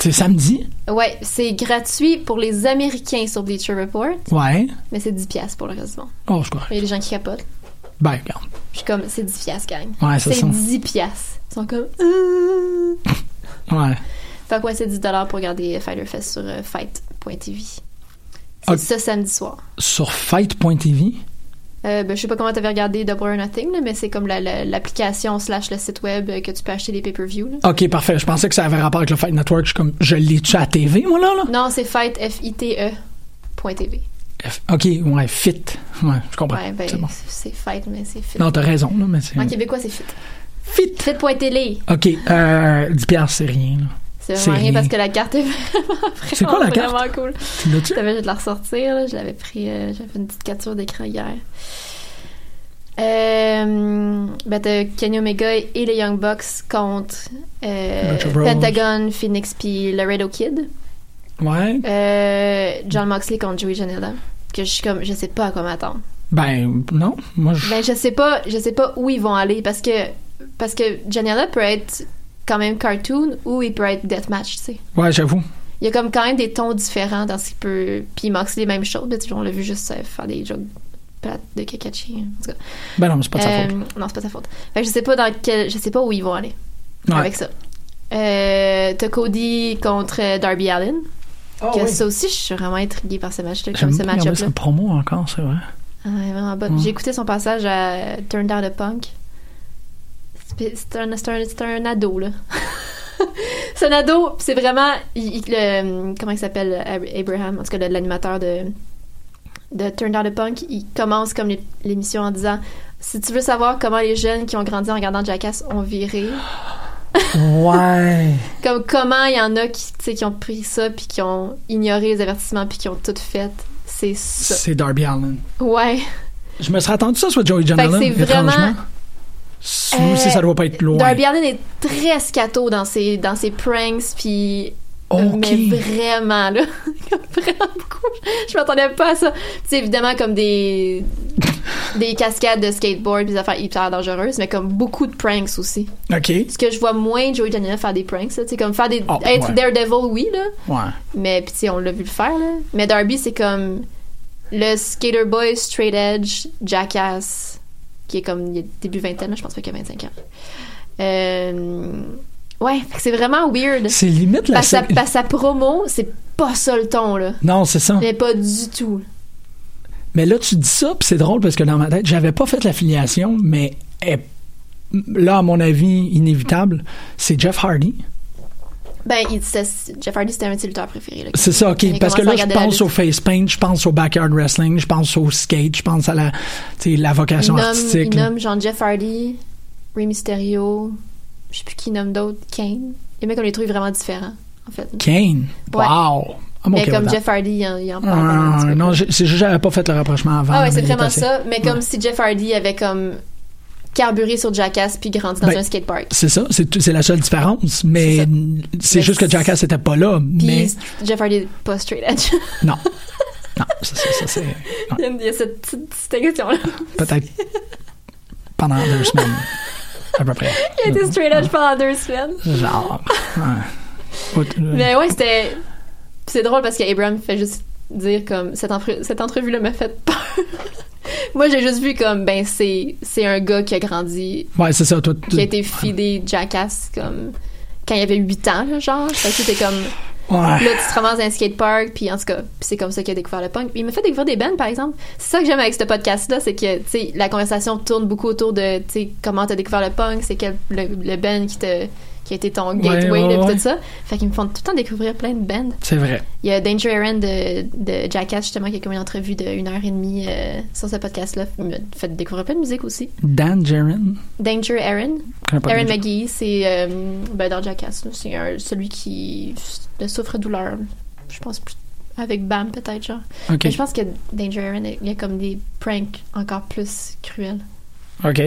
Speaker 10: C'est samedi?
Speaker 7: Ouais, c'est gratuit pour les Américains sur Bleacher Report,
Speaker 10: Ouais.
Speaker 7: mais c'est 10 pièces pour le reste du monde.
Speaker 10: Oh, je crois.
Speaker 7: Il y a des gens qui capotent.
Speaker 10: Ben, regarde.
Speaker 7: Je suis comme, c'est 10 piastres, gang.
Speaker 10: Ouais, c'est ça.
Speaker 7: 10 piastres. Ils sont comme... Euh...
Speaker 10: Ouais.
Speaker 7: Fait que ouais, c'est 10 pour regarder Fighter Fest sur euh, fight.tv. C'est
Speaker 10: Ok.
Speaker 7: ce samedi soir.
Speaker 10: Sur fight.tv,
Speaker 7: Euh, ben, je sais pas comment t'avais regardé Double or Nothing, là, mais c'est comme la- la- l'application slash le site web euh, que tu peux acheter des pay-per-view. là.
Speaker 10: Ok, parfait. Je pensais que ça avait rapport avec le Fight Network. Je suis comme, je l'ai tué à la TV, moi, là, là?
Speaker 7: Non, c'est fight, F-I-T-E, E, point TV.
Speaker 10: F- Ok, ouais, fit. Ouais, je comprends.
Speaker 7: Ouais, ben,
Speaker 10: c'est bon.
Speaker 7: c'est fight, mais c'est fit.
Speaker 10: Non, euh, t'as raison, là, mais c'est.
Speaker 7: En québécois, c'est fit.
Speaker 10: Fit!
Speaker 7: Fit.télé.
Speaker 10: Ok, euh, 10 piastres, c'est rien, là.
Speaker 7: C'est vraiment rien parce que la carte est vraiment,
Speaker 10: C'est quoi la
Speaker 7: vraiment,
Speaker 10: carte?
Speaker 7: vraiment cool.
Speaker 10: Tu l'as-tu?
Speaker 7: Je t'avais de la ressortir. là. Je l'avais pris, euh, j'avais fait une petite capture d'écran hier. Euh, ben, t'as Kenny Omega et les Young Bucks contre euh,
Speaker 10: Lucha Bros.
Speaker 7: Pentagon, Phoenix puis Laredo Kid.
Speaker 10: Ouais.
Speaker 7: Euh, John Moxley contre Joey Janela. Que je suis comme, je sais pas à quoi m'attendre.
Speaker 10: Ben, non. Moi, je.
Speaker 7: Ben, je sais pas, je sais pas où ils vont aller parce que, parce que Janela peut être quand même cartoon ou il peut être deathmatch, tu sais.
Speaker 10: Ouais, j'avoue.
Speaker 7: Il y a comme quand même des tons différents dans ce qu'il peut. Puis Moxley, même chose. Là, tu sais, on l'a vu juste euh, faire des jokes plates de Kakashi. En tout cas.
Speaker 10: Ben non, c'est pas de sa
Speaker 7: Euh,
Speaker 10: faute.
Speaker 7: Non, c'est pas de sa faute. Fait que je sais pas dans quel. Je sais pas où ils vont aller
Speaker 10: Ouais.
Speaker 7: avec ça. Euh, T'as Cody contre euh, Darby Allen. que
Speaker 10: oui.
Speaker 7: Ça aussi, je suis vraiment intriguée par ce match-là. Comme
Speaker 10: J'aime
Speaker 7: ce
Speaker 10: pas regarder
Speaker 7: match-up-là.
Speaker 10: sa promo encore, c'est vrai.
Speaker 7: Ah, elle est vraiment bonne.
Speaker 10: Ouais.
Speaker 7: J'ai écouté son passage à Turn Down the Punk. C'est c'est un, c'est un, c'est un ado, là. c'est un ado, puis c'est vraiment. il- il- le- comment il s'appelle Ab- Abraham, en tout cas le- l'animateur de, de Turn Down the Punk, il commence comme l'é- l'émission en disant Si tu veux savoir comment les jeunes qui ont grandi en regardant Jackass ont viré,
Speaker 10: Ouais.
Speaker 7: comme comment il y en a qui, tu sais, qui ont pris ça, puis qui ont ignoré les avertissements, puis qui ont tout fait, c'est ça.
Speaker 10: c'est Darby Allen.
Speaker 7: Ouais.
Speaker 10: Je me serais attendu ça, soit Joey
Speaker 7: Fait que
Speaker 10: Janela.
Speaker 7: c'est
Speaker 10: étrangement.
Speaker 7: vraiment. euh,
Speaker 10: Sous- si ça doit pas être loin.
Speaker 7: Darby Allin est très scato dans ses, dans ses pranks, puis. euh,
Speaker 10: Ok.
Speaker 7: Mais vraiment, là. comme vraiment beaucoup. Je m'attendais pas à ça. Tu sais, évidemment, comme des. des cascades de skateboard, puis des affaires hyper dangereuses, mais comme beaucoup de pranks aussi.
Speaker 10: Ok.
Speaker 7: Ce que je vois moins Joey Janela faire des pranks, là. Tu sais, comme faire des.
Speaker 10: Ah,
Speaker 7: être
Speaker 10: ouais.
Speaker 7: Daredevil, oui, là.
Speaker 10: Ouais.
Speaker 7: Mais, puis, tu sais, on l'a vu le faire, là. Mais Darby, c'est comme. le skater boy straight edge, jackass, qui est comme il est début vingtaine, là, je pense pas qu'il a 25 ans. Euh, ouais, fait que c'est vraiment weird.
Speaker 10: C'est limite la
Speaker 7: Parce que sa,
Speaker 10: seule-
Speaker 7: parce que sa promo, c'est pas ça le ton, là.
Speaker 10: Non, c'est ça.
Speaker 7: Mais pas du tout.
Speaker 10: Mais là, tu dis ça, puis c'est drôle parce que dans ma tête, j'avais pas fait l'affiliation, mais elle- là, à mon avis, inévitable, c'est Jeff Hardy.
Speaker 7: Ben, il, c'était- Jeff Hardy, c'était un de ses lutteurs préférés. là.
Speaker 10: C'est ça,
Speaker 7: Il
Speaker 10: OK.
Speaker 7: a commencé
Speaker 10: Parce que
Speaker 7: à
Speaker 10: là, je
Speaker 7: regarder la
Speaker 10: pense
Speaker 7: lutte.
Speaker 10: au face paint, je pense au backyard wrestling, je pense au skate, je pense à la, tu sais, la vocation
Speaker 7: il nomme,
Speaker 10: artistique.
Speaker 7: Il
Speaker 10: là.
Speaker 7: nomme genre Jeff Hardy, Rey Mysterio, je sais plus qui nomme d'autres, Kane. Il met comme des trucs vraiment différents, en fait.
Speaker 10: Kane.
Speaker 7: Ouais.
Speaker 10: Wow. Ah, I'm
Speaker 7: mais
Speaker 10: okay
Speaker 7: comme
Speaker 10: with that.
Speaker 7: Jeff Hardy, il en, il en parle. un petit peu
Speaker 10: Ah,
Speaker 7: plus.
Speaker 10: non, j'ai- c'est juste que j'avais pas fait le rapprochement avant.
Speaker 7: Ah ouais,
Speaker 10: mais
Speaker 7: c'est
Speaker 10: il est
Speaker 7: vraiment
Speaker 10: assez.
Speaker 7: ça. Mais comme
Speaker 10: Ouais.
Speaker 7: si Jeff Hardy avait comme carburé sur Jackass puis grandi dans
Speaker 10: Ben,
Speaker 7: un skatepark.
Speaker 10: C'est ça, c'est tout- c'est la seule différence, mais c'est juste que Jackass était pas là,
Speaker 7: Puis
Speaker 10: mais Ah.
Speaker 7: Jeff Hardy est pas straight edge.
Speaker 10: non. Non, ça, ça, ça, c'est
Speaker 7: il y a- il y a cette petite distinction-là.
Speaker 10: peut-être pendant deux semaines, à peu près.
Speaker 7: Il a été straight
Speaker 10: Ah.
Speaker 7: edge pendant deux semaines.
Speaker 10: Hmm. Genre. ouais. Ou-
Speaker 7: Mais ouais, c'était. puis C'est drôle parce qu'Abraham fait juste dire comme cette, entre- cette entrevue-là m'a fait peur. Moi, j'ai juste vu comme ben c'est c'est un gars qui a grandi,
Speaker 10: Ouais, c'est ça, toi. tu-
Speaker 7: qui a été fidé Jackass comme quand il avait 8 ans, là, genre. Fait que c'était comme
Speaker 10: Ouais.
Speaker 7: Là, tu te ramasses dans un skatepark, puis en tout cas, puis c'est comme ça qu'il a découvert le punk. Il m'a fait découvrir des bands, par exemple. C'est ça que j'aime avec ce podcast-là, c'est que, tu sais, la conversation tourne beaucoup autour de, tu sais, comment t'as découvert le punk, c'est quel le, le band qui te qui a été ton gateway,
Speaker 10: ouais,
Speaker 7: là, puis
Speaker 10: ouais.
Speaker 7: tout ça. Fait qu'ils me font tout le temps découvrir plein de bands.
Speaker 10: C'est vrai.
Speaker 7: Il y a Danger Aaron de, de Jackass, justement, qui a comme une entrevue d'une heure et demie euh, sur ce podcast-là. Il m'a fait découvrir plein de musique aussi.
Speaker 10: Dan Jaren.
Speaker 7: Danger Aaron.
Speaker 10: connais pas
Speaker 7: Aaron
Speaker 10: Danger.
Speaker 7: McGee, c'est euh, ben, dans Jackass. là, C'est un- celui qui de souffre-douleur. Je pense plus. Avec Bam, peut-être, genre.
Speaker 10: Ok.
Speaker 7: Mais je pense que Danger Aaron, il y a comme des pranks encore plus cruels.
Speaker 10: OK.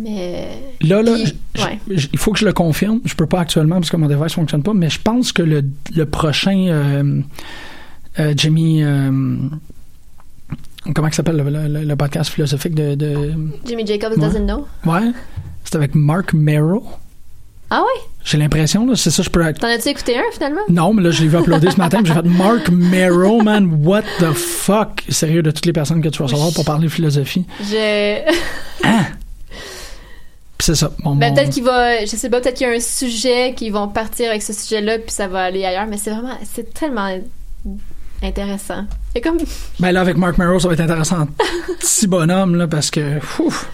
Speaker 7: Mais.
Speaker 10: Là, là,
Speaker 7: Puis-
Speaker 10: j- j-
Speaker 7: ouais.
Speaker 10: j- il faut que je le confirme. Je peux pas actuellement parce que mon device fonctionne pas, mais je pense que le, le prochain euh, euh, Jimmy. euh, comment il s'appelle le, le- le podcast philosophique de. de-
Speaker 7: Jimmy Jacobs
Speaker 10: Ouais.
Speaker 7: doesn't know.
Speaker 10: Ouais. C'est avec Mark Merrow.
Speaker 7: Ah ouais?
Speaker 10: J'ai l'impression, là. C'est ça, je peux. act-
Speaker 7: T'en as-tu écouté un, finalement?
Speaker 10: Non, mais là, je l'ai vu uploader ce matin, puis j'ai fait Mark Merrow, man, what the fuck? Sérieux, de toutes les personnes que tu vas savoir pour parler philosophie.
Speaker 7: Je.
Speaker 10: Puis c'est ça. Oh Mon,
Speaker 7: Ben,
Speaker 10: mon-
Speaker 7: peut-être qu'il va, je sais pas, peut-être qu'il y a un sujet qu'ils vont partir avec ce sujet-là, puis ça va aller ailleurs, mais c'est vraiment, c'est tellement intéressant. Et comme,
Speaker 10: Ben là, avec Mark Merrow, ça va être intéressant. Petit bonhomme, là, parce que. Ouf.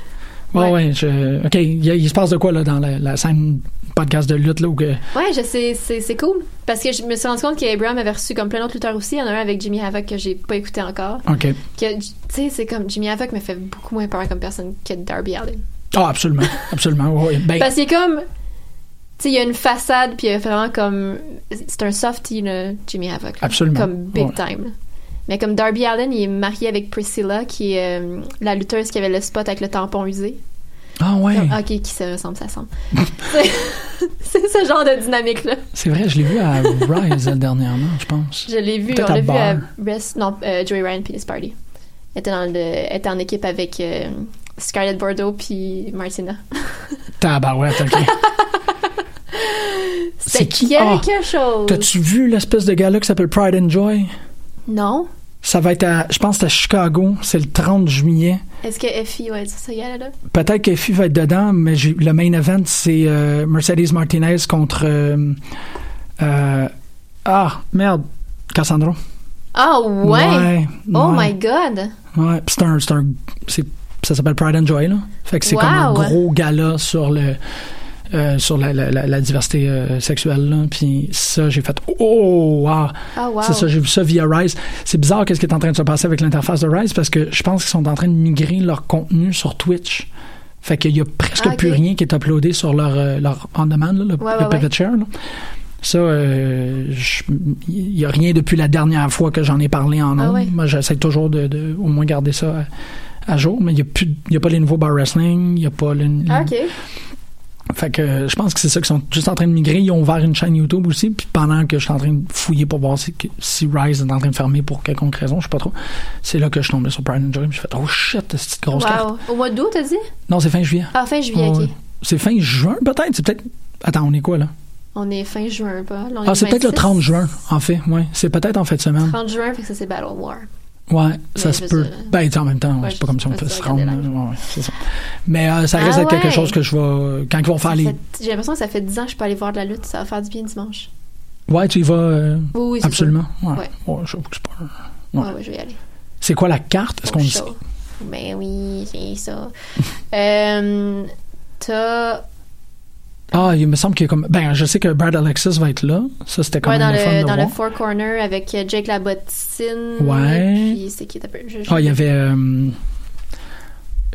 Speaker 10: Ouais, ouais, je- OK, il, y a- il se passe de quoi, là, dans la, la scène podcast de lutte, là, où que.
Speaker 7: ouais, je sais, c'est, c'est cool. Parce que je me suis rendu compte qu'Abraham avait reçu comme plein d'autres lutteurs aussi. Il y en a un avec Jimmy Havoc que j'ai pas écouté encore.
Speaker 10: OK.
Speaker 7: Que, tu sais, c'est comme, Jimmy Havoc me fait beaucoup moins peur comme personne que Darby Allin.
Speaker 10: Ah, absolument. Absolument. ouais, ouais. Ben,
Speaker 7: Parce qu'il est comme, tu sais, il y a une façade, puis il y a vraiment comme, c'est un softie, là, Jimmy Havoc. là.
Speaker 10: Absolument.
Speaker 7: Comme big
Speaker 10: Ouais.
Speaker 7: time. Mais comme Darby Allen, il est marié avec Priscilla, qui est euh, la lutteuse qui avait le spot avec le tampon usé.
Speaker 10: ah, ouais.
Speaker 7: Comme, ok, qui se ressemble, ça ressemble. C'est- c'est ce genre de dynamique-là.
Speaker 10: C'est vrai, je l'ai vu à Rise là, dernièrement, je pense.
Speaker 7: Je l'ai vu,
Speaker 10: Peut-être
Speaker 7: on
Speaker 10: à
Speaker 7: l'a vu à
Speaker 10: Bar.
Speaker 7: Rest, non, euh, Joey Ryan Penis Party. Elle était, dans le- elle était en équipe avec euh, Scarlett Bordeaux puis Martina.
Speaker 10: Tabarouette, OK.
Speaker 7: C'était
Speaker 10: C'est qui?
Speaker 7: quelque
Speaker 10: Ah!
Speaker 7: chose.
Speaker 10: T'as-tu vu l'espèce de gala qui s'appelle Pride and Joy?
Speaker 7: Non.
Speaker 10: Ça va être à, je pense, que c'est à Chicago. C'est le 30 juillet.
Speaker 7: Est-ce que Effie va être sur ce gars-là?
Speaker 10: Peut-être que FI va être dedans, mais j'ai- le main event, c'est euh, Mercedes Martinez contre. euh, euh, ah, merde, Cassandro.
Speaker 7: Ah ouais?
Speaker 10: Ouais,
Speaker 7: Oh
Speaker 10: ouais.
Speaker 7: my god!
Speaker 10: Ouais, pis c'est un. c'est un- c'est- ça s'appelle Pride and Joy, là. Fait que c'est comme un
Speaker 7: Wow.
Speaker 10: gros gala sur le. euh, sur la, la- la- la diversité euh, sexuelle là. puis ça j'ai fait oh wow,
Speaker 7: Ah, wow.
Speaker 10: c'est ça j'ai vu ça via Rise c'est bizarre qu'est-ce qui est en train de se passer avec l'interface de Rise parce que je pense qu'ils sont en train de migrer leur contenu sur Twitch fait qu'il y a presque
Speaker 7: Ah, ok.
Speaker 10: plus rien qui est uploadé sur leur euh, leur on demand là, le,
Speaker 7: Ouais,
Speaker 10: le
Speaker 7: ouais,
Speaker 10: pivot
Speaker 7: ouais.
Speaker 10: share là. ça euh, je- il y a rien depuis la dernière fois que j'en ai parlé en
Speaker 7: Ah
Speaker 10: ondes.
Speaker 7: ouais.
Speaker 10: moi j'essaie toujours de, de au moins garder ça à, à jour mais il y a plus il y a pas les nouveaux bar wrestling il y a pas le,
Speaker 7: Ah, ok.
Speaker 10: fait que euh, je pense que c'est ça qu'ils sont juste en train de migrer. Ils ont ouvert une chaîne YouTube aussi. Puis pendant que je suis en train de fouiller pour voir si, que- si Rise est en train de fermer pour quelconque raison, je sais pas trop. C'est là que je suis tombé sur Pride and Joy. puis J'ai fait oh shit, cette grosse carte.
Speaker 7: Wow. Au mois d'août, t'as dit?
Speaker 10: Non, c'est fin juillet.
Speaker 7: Ah, fin juillet,
Speaker 10: Ouais.
Speaker 7: ok.
Speaker 10: C'est fin juin peut-être. C'est peut-être. Attends, on est quoi là
Speaker 7: On est fin juin, pas? Là, on est
Speaker 10: Ah, c'est peut-être le
Speaker 7: 26.
Speaker 10: 30 juin en fait. Ouais, c'est peut-être en fin de semaine.
Speaker 7: 30 juin, fait que ça, c'est Battle War.
Speaker 10: Ouais, ça
Speaker 7: Mais
Speaker 10: se
Speaker 7: je
Speaker 10: peut.
Speaker 7: sais, là.
Speaker 10: Ben, tu sais, en même temps,
Speaker 7: Ouais,
Speaker 10: c'est pas comme si on
Speaker 7: je- je
Speaker 10: fait
Speaker 7: vais
Speaker 10: se rendre.
Speaker 7: regarder
Speaker 10: là. Ouais, ouais, c'est ça. Mais euh, ça reste
Speaker 7: Ah
Speaker 10: être quelque
Speaker 7: ouais.
Speaker 10: chose que je vais. Quand ils vont faire les.
Speaker 7: Ça- J'ai l'impression que ça fait 10 ans que je peux aller voir de la lutte. Ça va faire du bien dimanche.
Speaker 10: Ouais, tu y vas. euh,
Speaker 7: Oui, oui, c'est
Speaker 10: absolument.
Speaker 7: sûr.
Speaker 10: Ouais.
Speaker 7: Ouais.
Speaker 10: Ouais, j'avoue que c'est pas-
Speaker 7: Ouais,
Speaker 10: Ouais.
Speaker 7: ouais, je vais y aller.
Speaker 10: C'est quoi la carte? Est-ce qu'on le sait?
Speaker 7: Show. Ben oui, c'est ça. euh, t'as.
Speaker 10: Ah, il me semble qu'il y a comme. Ben, je sais que Brad Alexis va être là. Ça, c'était quand
Speaker 7: Ouais, dans
Speaker 10: même le fun
Speaker 7: le,
Speaker 10: de
Speaker 7: dans le
Speaker 10: voir.
Speaker 7: Four Corner avec euh, Jake la bottine.
Speaker 10: Ouais.
Speaker 7: Puis c'est qui t'as peu. je- je-
Speaker 10: Ah, il y avait. euh,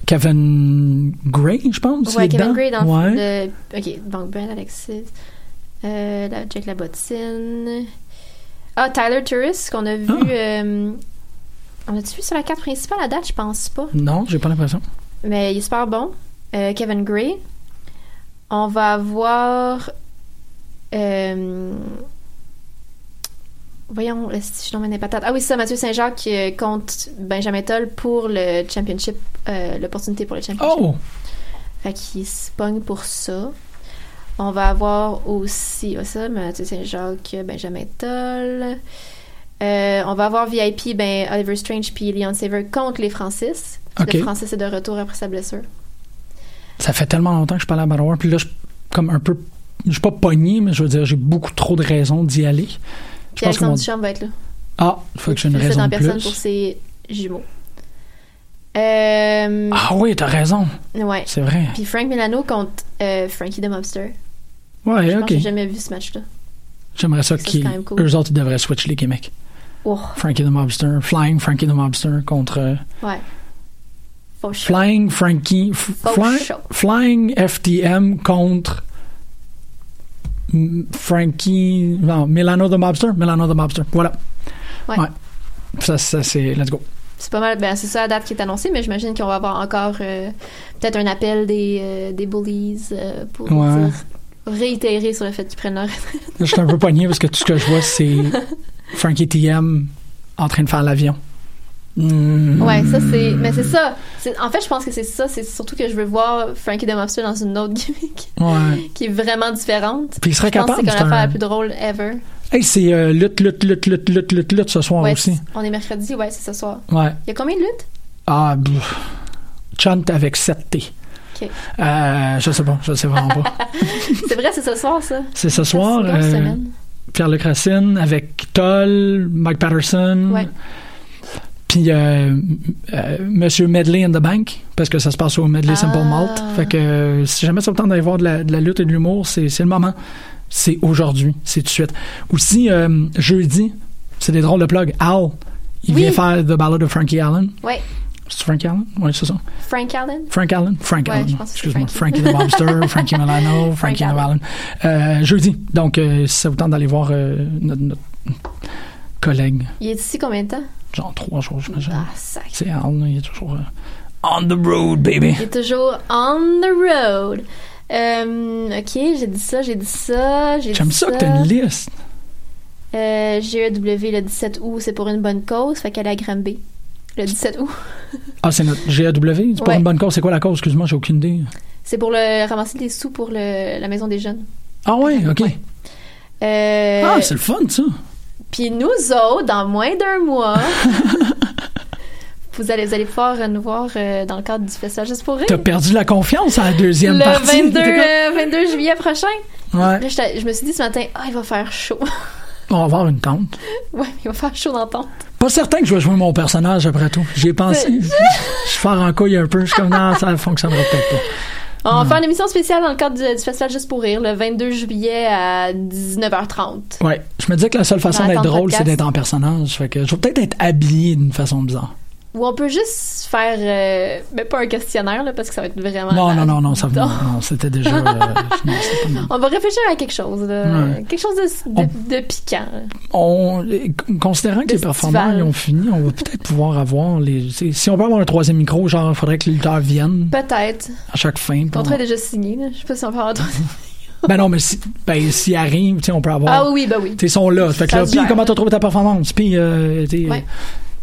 Speaker 10: Kevin Gray, je pense. il
Speaker 7: Ouais,
Speaker 10: est
Speaker 7: Kevin
Speaker 10: dedans.
Speaker 7: Gray dans
Speaker 10: ouais.
Speaker 7: le. Ok, donc Ben Alexis. Euh, la, Jack Labotine. Ah, Tyler Turris, qu'on a vu.
Speaker 10: Ah.
Speaker 7: euh, on a-tu vu sur la carte principale à date Je pense pas.
Speaker 10: Non, j'ai pas l'impression.
Speaker 7: Mais il est super bon. Euh, Kevin Gray. On va avoir. euh, voyons, si je tombe dans les patates. Ah oui, c'est ça, Mathieu Saint-Jacques euh, contre Benjamin Toll pour le championship, euh, l'opportunité pour le championship.
Speaker 10: Oh!
Speaker 7: Fait qu'il se pogne pour ça. On va avoir aussi ouais, ça, Mathieu Saint-Jacques, Benjamin Toll. Euh, on va avoir VIP, ben, Oliver Strange puis Leon Saver contre les Francis. Puis
Speaker 10: Ok.
Speaker 7: Le Francis est de retour après sa blessure.
Speaker 10: Ça fait tellement longtemps que je parlais à Battle War, puis là, je suis comme un peu je suis pas pogné, mais je veux dire, j'ai beaucoup trop de raisons d'y aller. Je
Speaker 7: Puis Alexandre Duchamp va être là.
Speaker 10: Ah, faut que j'ai une
Speaker 7: Il le fait
Speaker 10: raison
Speaker 7: en
Speaker 10: de
Speaker 7: personne
Speaker 10: plus.
Speaker 7: pour ses jumeaux. Euh,
Speaker 10: Ah oui, t'as raison.
Speaker 7: Ouais.
Speaker 10: C'est vrai.
Speaker 7: Puis Frank Milano contre euh, Frankie the Mobster.
Speaker 10: Ouais,
Speaker 7: Je pense
Speaker 10: Eh, ok.
Speaker 7: que j'ai jamais vu ce match-là.
Speaker 10: J'aimerais ça
Speaker 7: Ça, c'est
Speaker 10: qu'ils.
Speaker 7: quand même cool.
Speaker 10: Eux autres, ils devraient switch les gimmicks.
Speaker 7: Oh,
Speaker 10: Frankie the Mobster, Flying Frankie the Mobster contre. euh,
Speaker 7: ouais. Faux show.
Speaker 10: Flying Frankie. f-
Speaker 7: Faux
Speaker 10: fly-
Speaker 7: show.
Speaker 10: flying FTM contre. M- Frankie. Non, Milano the Mobster. Milano the Mobster. Voilà.
Speaker 7: Ouais.
Speaker 10: Ça, ça c'est. Let's go.
Speaker 7: C'est pas mal. Ben, c'est ça la date qui est annoncée, mais j'imagine qu'on va avoir encore euh, peut-être un appel des, euh, des bullies euh, pour
Speaker 10: Ouais.
Speaker 7: dire- réitérer sur le fait qu'ils prennent leur retraite.
Speaker 10: Là, je suis un peu pogné parce que tout ce que je vois, c'est Frankie TM en train de faire l'avion. Mm.
Speaker 7: Ouais, ça c'est. Mais c'est ça. C'est- En fait, je pense que c'est ça. C'est surtout que je veux voir Frankie the Mobster dans une autre gimmick
Speaker 10: Ouais.
Speaker 7: qui est vraiment différente.
Speaker 10: Puis il serait
Speaker 7: je pense
Speaker 10: capable,
Speaker 7: que c'est
Speaker 10: c'est
Speaker 7: comme l'affaire
Speaker 10: un-
Speaker 7: la plus drôle ever.
Speaker 10: Hey, c'est euh, lutte, lutte, lutte, lutte, lutte, lutte, lutte ce soir
Speaker 7: Ouais,
Speaker 10: aussi.
Speaker 7: c'est- On est mercredi, ouais, c'est ce soir.
Speaker 10: Ouais.
Speaker 7: Il y a combien de luttes?
Speaker 10: Ah, pff. chant avec 7 T.
Speaker 7: Ok.
Speaker 10: Euh, je sais pas, je sais vraiment pas.
Speaker 7: c'est vrai, c'est ce soir, ça.
Speaker 10: C'est ce soir.
Speaker 7: c'est une grosse
Speaker 10: euh,
Speaker 7: semaine.
Speaker 10: Pierre-Luc Racine avec Toll, Mike Patterson.
Speaker 7: Ouais.
Speaker 10: Puis euh, euh, Monsieur Medley and the Bank, parce que ça se passe au Medley
Speaker 7: Ah.
Speaker 10: Simple Malt. Fait que euh, si jamais ça vous tente d'aller voir de la, de la lutte et de l'humour, c'est c'est le moment. C'est aujourd'hui, c'est tout de suite. Aussi, euh, jeudi, c'est des drôles de plug. Al, il
Speaker 7: Oui.
Speaker 10: vient faire The Ballad of Frankie Allen.
Speaker 7: Ouais.
Speaker 10: C'est Frankie Allen? Oui, c'est ça.
Speaker 7: Frank Allen?
Speaker 10: Frank Allen? Frank
Speaker 7: Ouais,
Speaker 10: Allen.
Speaker 7: je pense que c'est
Speaker 10: Excuse-moi.
Speaker 7: Frankie.
Speaker 10: Frankie the Mobster, Frankie Milano, Frankie the Allen. Euh, jeudi. Donc, euh, si ça vous tente d'aller voir euh, notre, notre collègue,
Speaker 7: Il est ici combien de temps?
Speaker 10: genre trois jours, j'imagine.
Speaker 7: Ah, sac.
Speaker 10: C'est Allen, il est toujours euh, on the road, baby.
Speaker 7: Il est toujours on the road. Euh, ok, j'ai dit ça, j'ai dit ça, j'ai dit ça.
Speaker 10: J'aime ça que t'as une liste.
Speaker 7: Euh, GEW le 17 août, c'est pour une bonne cause, fait qu'elle est à Granby. Le 17 août.
Speaker 10: Ah, c'est notre GAW. C'est pour
Speaker 7: Ouais.
Speaker 10: une bonne cause. C'est quoi la cause? Excuse-moi, j'ai aucune idée.
Speaker 7: C'est pour le, ramasser des sous pour le- la maison des jeunes.
Speaker 10: Ah ouais, OK.
Speaker 7: Euh,
Speaker 10: Ah, c'est le fun, ça.
Speaker 7: Puis nous autres, dans moins d'un mois, vous allez, vous allez pouvoir nous voir euh, dans le cadre du festival Juste pour rire.
Speaker 10: T'as perdu la confiance à la deuxième
Speaker 7: le
Speaker 10: partie.
Speaker 7: 22,
Speaker 10: T'es comme-
Speaker 7: euh, 22 juillet prochain.
Speaker 10: Ouais.
Speaker 7: Là, j'étais- je me suis dit ce matin, ah, il va faire chaud.
Speaker 10: On va avoir une tente.
Speaker 7: ouais, il va faire chaud dans ton.
Speaker 10: Pas certain que je vais jouer mon personnage après tout. J'y ai pensé. je je pars en couille un peu. Je suis comme, non, ça fonctionnera peut-être pas.
Speaker 7: On va faire une émission spéciale dans le cadre du, du festival Juste pour rire, le 22 juillet à 19h30.
Speaker 10: Ouais. Je me disais que la seule façon
Speaker 7: Dans la
Speaker 10: d'être
Speaker 7: tente
Speaker 10: drôle, c'est
Speaker 7: podcast.
Speaker 10: d'être en personnage. Fait que je vais peut-être être habillé d'une façon bizarre.
Speaker 7: Ou on peut juste faire, euh, mais pas un questionnaire, là, parce que ça va être vraiment...
Speaker 10: Non, non, non, non, ça
Speaker 7: Non.
Speaker 10: non, non, c'était déjà. euh, non, c'était pas mal.
Speaker 7: On va réfléchir à quelque chose, là.
Speaker 10: Ouais.
Speaker 7: quelque chose de, de, de piquant. là.
Speaker 10: On, eh, considérant que les performants ils ont fini, on va peut-être pouvoir avoir les. c'est- Si on peut avoir un troisième micro, genre, il faudrait que les lutteurs viennent
Speaker 7: Ben, Peut-être.
Speaker 10: à chaque fin.
Speaker 7: Le
Speaker 10: pour-
Speaker 7: contrat est déjà signé, là. je sais pas si on peut en
Speaker 10: Ben non, mais si, ben, s'ils arrivent, tu sais, on peut avoir.
Speaker 7: Ah oui, bah oui.
Speaker 10: T'es sont là. Fait que
Speaker 7: Ça
Speaker 10: là,
Speaker 7: se
Speaker 10: puis
Speaker 7: gère.
Speaker 10: comment t'as trouvé ta performance? Puis, euh, t'es
Speaker 7: Ouais.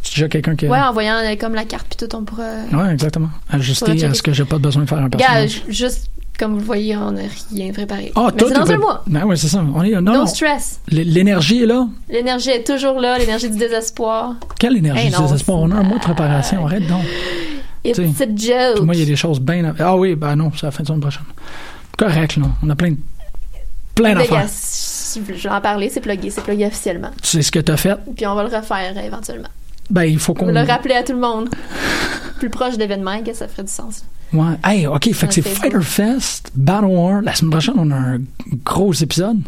Speaker 10: c'est déjà quelqu'un qui.
Speaker 7: Ouais, en voyant euh, comme la carte puis tout, on pourra.
Speaker 10: Ouais, exactement.
Speaker 7: Faudrait
Speaker 10: Ajuster à
Speaker 7: checker.
Speaker 10: ce que j'ai pas besoin de faire un
Speaker 7: Gars,
Speaker 10: personnage.
Speaker 7: ju- juste comme vous le voyez, on n'a rien préparé.
Speaker 10: Ah,
Speaker 7: Mais
Speaker 10: tout
Speaker 7: c'est
Speaker 10: est
Speaker 7: dans
Speaker 10: pré-
Speaker 7: un mois.
Speaker 10: Ben ouais, c'est ça. On est, non,
Speaker 7: No
Speaker 10: non.
Speaker 7: stress.
Speaker 10: L- L'énergie est là.
Speaker 7: L'énergie est toujours là, l'énergie du désespoir.
Speaker 10: Quelle énergie
Speaker 7: Hey,
Speaker 10: du
Speaker 7: non,
Speaker 10: désespoir? On a un mois de préparation. Arrête donc.
Speaker 7: It's
Speaker 10: T'sais.
Speaker 7: a joke.
Speaker 10: Pour moi, il y a des choses bien. Ah oui, ben non, c'est la fin de semaine prochaine. Correct, là. On a plein de. Plein
Speaker 7: Mais
Speaker 10: d'affaires.
Speaker 7: gars, si vous- je vais en parler, c'est plugué, c'est plugué officiellement.
Speaker 10: Tu sais ce que t'as fait?
Speaker 7: Puis on va le refaire euh, éventuellement.
Speaker 10: Ben, il faut qu'on.
Speaker 7: On va le rappeler à tout le monde. Plus proche de l'événement, gars, ça ferait du sens.
Speaker 10: Ouais. Hey, OK, fait que c'est
Speaker 7: Sur Facebook.
Speaker 10: Fighter Fest, Battle War. La semaine prochaine, on a un gros épisode.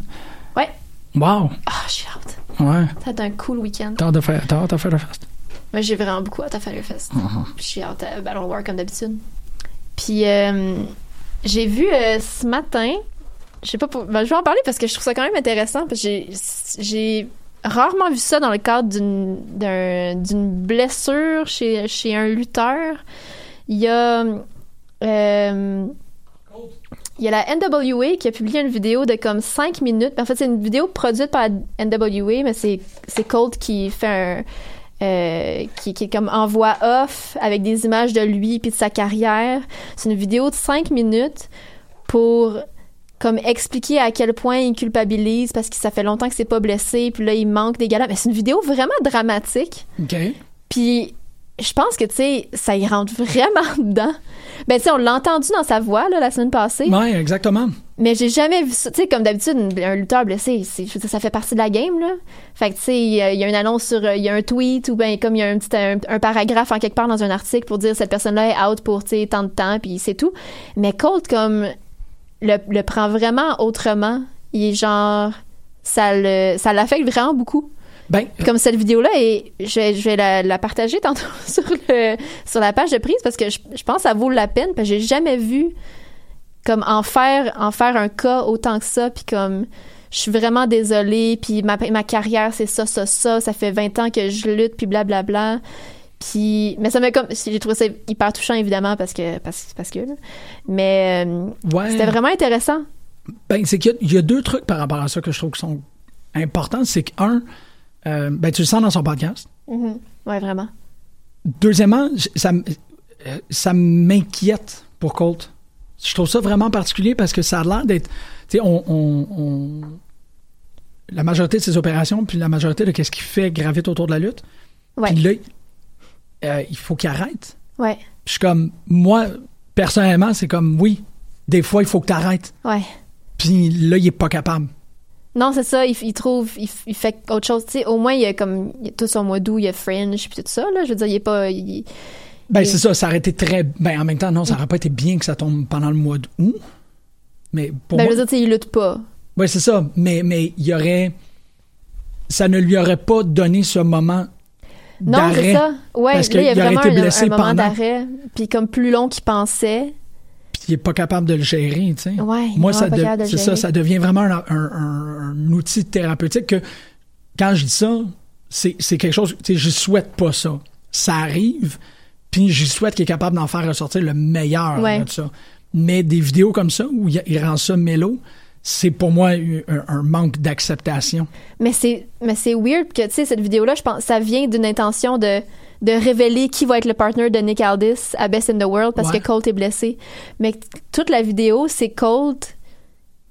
Speaker 7: Ouais.
Speaker 10: Wow.
Speaker 7: Ah, j'ai hâte.
Speaker 10: Ouais.
Speaker 7: Ça va être un cool week-end.
Speaker 10: T'as hâte de faire, t'as hâte de faire le fest.
Speaker 7: Moi, j'ai vraiment beaucoup hâte à faire le fest.
Speaker 10: Mhm.
Speaker 7: Puis J'ai hâte à Battle War comme d'habitude. Puis, euh, j'ai vu euh, ce matin, je sais pas, pour- ben, je vais en parler parce que je trouve ça quand même intéressant. Parce que j'ai- j'ai rarement vu ça dans le cadre d'une d'un- d'une blessure chez, chez un lutteur. Il y a. euh, il y a la NWA qui a publié une vidéo de comme 5 minutes. En fait, c'est une vidéo produite par la NWA, mais c'est c'est Colt qui fait un. euh, qui, qui est comme en voix off avec des images de lui puis de sa carrière. C'est une vidéo de 5 minutes pour comme expliquer à quel point il culpabilise parce que ça fait longtemps que c'est pas blessé puis là il manque des galas. Mais c'est une vidéo vraiment dramatique.
Speaker 10: OK.
Speaker 7: Puis je pense que, tu sais, ça y rentre vraiment dedans. Ben, tu sais, on l'a entendu dans sa voix, là, la semaine passée.
Speaker 10: Ouais, exactement.
Speaker 7: Mais j'ai jamais vu ça. Tu sais, comme d'habitude, une- un lutteur blessé, c'est- je veux dire, ça fait partie de la game, là. Fait que, tu sais, il y a- il y a une annonce sur. euh, Il y a un tweet ou ben comme il y a un petit un, un paragraphe en quelque part dans un article pour dire cette personne-là est out pour, tu sais, tant de temps, puis c'est tout. Mais Colt, comme. Le, le prend vraiment autrement. Il est genre. Ça le- ça l'affecte vraiment beaucoup.
Speaker 10: Ben,
Speaker 7: Comme cette vidéo-là, et je, vais- je vais la, la partager tantôt sur, le, sur la page de prise parce que je, je pense que ça vaut la peine parce que j'ai jamais vu comme en faire, en faire un cas autant que ça. Puis comme je suis vraiment désolée, puis ma, ma carrière, c'est ça, ça, ça. Ça fait 20 ans que je lutte, puis blablabla. Puis, mais ça m'a comme. J'ai trouvé ça hyper touchant, évidemment, parce que. Parce, parce que là. Mais euh,
Speaker 10: Ouais.
Speaker 7: c'était vraiment intéressant.
Speaker 10: Ben, c'est qu'il y a- il y, a deux trucs par rapport à ça que je trouve qui sont importants. C'est qu'un, euh, ben, tu le sens dans son podcast.
Speaker 7: Mhm. Ouais, vraiment.
Speaker 10: Deuxièmement, j- ça, m- euh, ça m'inquiète pour Colt. Je trouve ça vraiment particulier parce que ça a l'air d'être. Tu sais, on, on- on- La majorité de ses opérations, puis la majorité de ce qu'il fait gravite autour de la lutte.
Speaker 7: Ouais.
Speaker 10: Puis là, euh, il faut qu'il arrête.
Speaker 7: Ouais,
Speaker 10: Puis Je suis comme, moi, personnellement, c'est comme, oui, des fois, il faut que tu arrêtes.
Speaker 7: ouais.
Speaker 10: Puis là, il est pas capable.
Speaker 7: Non, c'est ça, il, il trouve, il, il fait autre chose. Tu sais, au moins, il y a comme, il y a tout son mois d'août, il y a Fringe, puis tout ça, là. Je veux dire, il est pas. il-
Speaker 10: Ben,
Speaker 7: il-
Speaker 10: c'est ça, ça aurait été très. Ben, en même temps, non, ça aurait pas été bien que ça tombe pendant le mois d'août. Mais pour
Speaker 7: ben, je
Speaker 10: moi.
Speaker 7: veux dire, tu sais, il lutte pas.
Speaker 10: Ouais, c'est ça. Mais, mais il y aurait. Ça ne lui aurait pas donné ce moment.
Speaker 7: Non,
Speaker 10: d'arrêt.
Speaker 7: c'est ça. Ouais,
Speaker 10: Parce
Speaker 7: là, il y a
Speaker 10: qu'il aurait
Speaker 7: vraiment
Speaker 10: été
Speaker 7: un- un,
Speaker 10: blessé
Speaker 7: moment
Speaker 10: pendant,
Speaker 7: d'arrêt, puis comme plus long qu'il pensait.
Speaker 10: puis il est pas capable de le gérer, tu sais.
Speaker 7: Ouais, il est vraiment
Speaker 10: Moi, ça,
Speaker 7: pas
Speaker 10: de-
Speaker 7: capable de le
Speaker 10: c'est ça,
Speaker 7: gérer.
Speaker 10: ça devient vraiment un, un- un- un outil thérapeutique que, quand je dis ça, c'est, c'est quelque chose, tu sais, je souhaite pas ça. Ça arrive, puis je souhaite qu'il est capable d'en faire ressortir le meilleur
Speaker 7: Ouais.
Speaker 10: de ça. Mais des vidéos comme ça, où il, il rend ça mélo, c'est pour moi un, un manque d'acceptation.
Speaker 7: Mais c'est, mais c'est weird que, tu sais, cette vidéo-là, je pense, ça vient d'une intention de, de révéler qui va être le partner de Nick Aldis à Best in the World parce
Speaker 10: Ouais.
Speaker 7: que Colt est blessé. Mais t- toute la vidéo, c'est Colt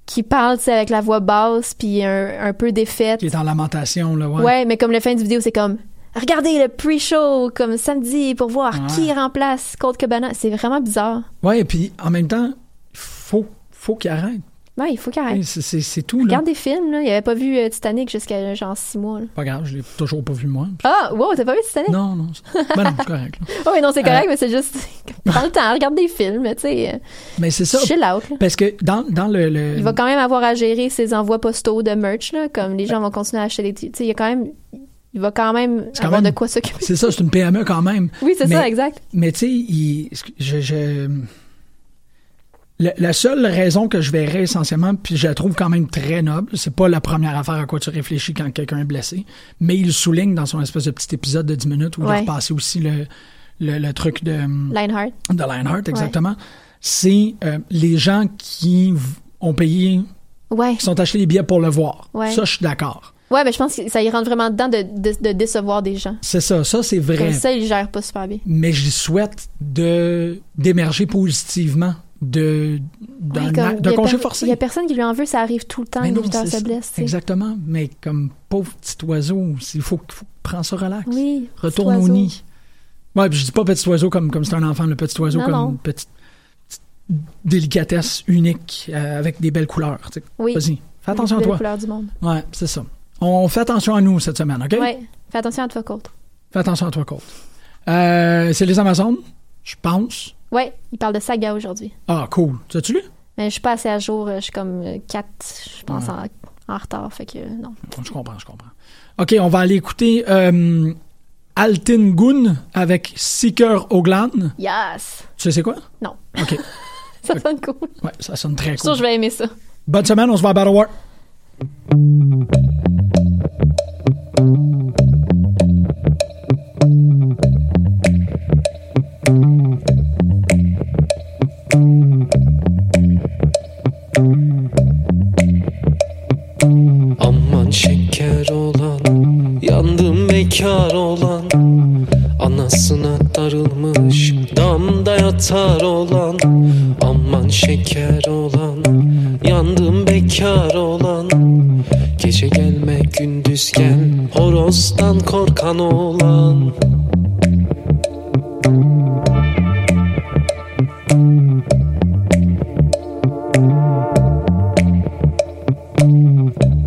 Speaker 7: qui parle, tu sais, avec la voix basse, puis un, un peu défaite.
Speaker 10: Qui est en lamentation, là, ouais.
Speaker 7: Ouais. mais comme la fin du vidéo, c'est comme regardez le pre-show comme samedi pour voir
Speaker 10: Ouais.
Speaker 7: qui remplace Colt Cabana. C'est vraiment bizarre.
Speaker 10: Ouais, et puis en même temps, faut, faut qu'il arrête.
Speaker 7: Ouais, il faut qu'il
Speaker 10: Ouais,
Speaker 7: arrête.
Speaker 10: C'est, c'est- c'est tout, là.
Speaker 7: Regarde des films, là. Il avait pas vu euh, Titanic jusqu'à genre six mois. là.
Speaker 10: Pas grave, je l'ai toujours pas vu, moi.
Speaker 7: Ah, wow, t'as pas vu Titanic?
Speaker 10: Non, non. c'est- Ben non, c'est correct. là.
Speaker 7: Oh, mais non, c'est correct,
Speaker 10: Euh,
Speaker 7: mais c'est juste. Prends le temps, regarde des films, tu sais. euh,
Speaker 10: Mais c'est ça. Euh.
Speaker 7: Chill out, là.
Speaker 10: Parce que dans, dans le, le-
Speaker 7: Il va quand même avoir à gérer ses envois postaux de merch, là. Comme les gens vont continuer à acheter des. t- Tu sais, il y a quand même. Il va quand même
Speaker 10: C'est quand
Speaker 7: avoir
Speaker 10: même-
Speaker 7: de quoi s'occuper.
Speaker 10: C'est ça, c'est une PME quand même.
Speaker 7: Oui, c'est
Speaker 10: Mais-
Speaker 7: ça, exact.
Speaker 10: Mais tu sais, il- je. je- Le- la seule raison que je verrais essentiellement, puis je la trouve quand même très noble, c'est pas la première affaire à quoi tu réfléchis quand quelqu'un est blessé, mais il le souligne dans son espèce de petit épisode de 10 minutes où il
Speaker 7: Ouais.
Speaker 10: va repasser aussi le, le, le truc de.
Speaker 7: Linehart.
Speaker 10: de Lionheart, exactement, c'est euh, les gens qui v- ont payé,
Speaker 7: Ouais.
Speaker 10: qui sont achetés les billets pour le voir.
Speaker 7: Ouais.
Speaker 10: Ça, je suis d'accord.
Speaker 7: Ouais, mais je pense que ça y rentre vraiment dedans de, de- de décevoir des gens.
Speaker 10: C'est ça, ça, c'est vrai.
Speaker 7: Comme ça, il gère pas super bien.
Speaker 10: Mais j'y souhaite de d'émerger positivement de d'un
Speaker 7: Ouais, comme,
Speaker 10: a- d'un
Speaker 7: il y a
Speaker 10: congé
Speaker 7: per-
Speaker 10: forcé.
Speaker 7: Il y a personne qui lui en veut, ça arrive tout le temps,
Speaker 10: Mais
Speaker 7: les
Speaker 10: non,
Speaker 7: lutteurs
Speaker 10: c'est
Speaker 7: se
Speaker 10: ça.
Speaker 7: blessent. tu sais.
Speaker 10: Exactement, mais comme pauvre petit oiseau, il faut, faut prendre ça relax.
Speaker 7: Oui.
Speaker 10: Retourne
Speaker 7: petit
Speaker 10: au
Speaker 7: oiseau.
Speaker 10: nid. Ouais, puis je dis pas petit oiseau comme comme c'est un enfant, le petit oiseau
Speaker 7: Non,
Speaker 10: comme
Speaker 7: non.
Speaker 10: une petite, petite délicatesse unique euh, avec des belles couleurs. tu sais.
Speaker 7: Oui.
Speaker 10: Vas-y, fais attention à
Speaker 7: Les
Speaker 10: toi.
Speaker 7: couleurs du monde.
Speaker 10: Ouais, c'est ça. On fait attention à nous cette semaine, OK?
Speaker 7: Ouais. Fais attention à toi, Colt.
Speaker 10: Fais attention à toi, Colt. Euh, c'est les Amazones, je pense.
Speaker 7: Ouais, il parle de saga aujourd'hui.
Speaker 10: Ah, cool. T'as-tu lu?
Speaker 7: Mais je suis pas assez à jour, euh, je suis comme 4, je pense,
Speaker 10: Ouais.
Speaker 7: en, en retard, fait que euh, non.
Speaker 10: Bon, Je comprends, je comprends. OK, on va aller écouter euh, Altin Goon avec Seeker Oglan.
Speaker 7: Yes!
Speaker 10: Tu sais c'est quoi?
Speaker 7: Non.
Speaker 10: OK.
Speaker 7: Ça sonne cool.
Speaker 10: Ouais, ça sonne très
Speaker 7: Je suis sûre
Speaker 10: cool.
Speaker 7: que je vais aimer ça.
Speaker 10: Bonne semaine, on se voit à Battle War.
Speaker 5: Aman şeker olan Yandım bekar olan Anasına darılmış Damda yatar olan Aman şeker olan Yandım bekar olan Gece gelme gündüz gel
Speaker 10: Mm-hmm.
Speaker 5: Horozdan korkan olan
Speaker 11: Thank you.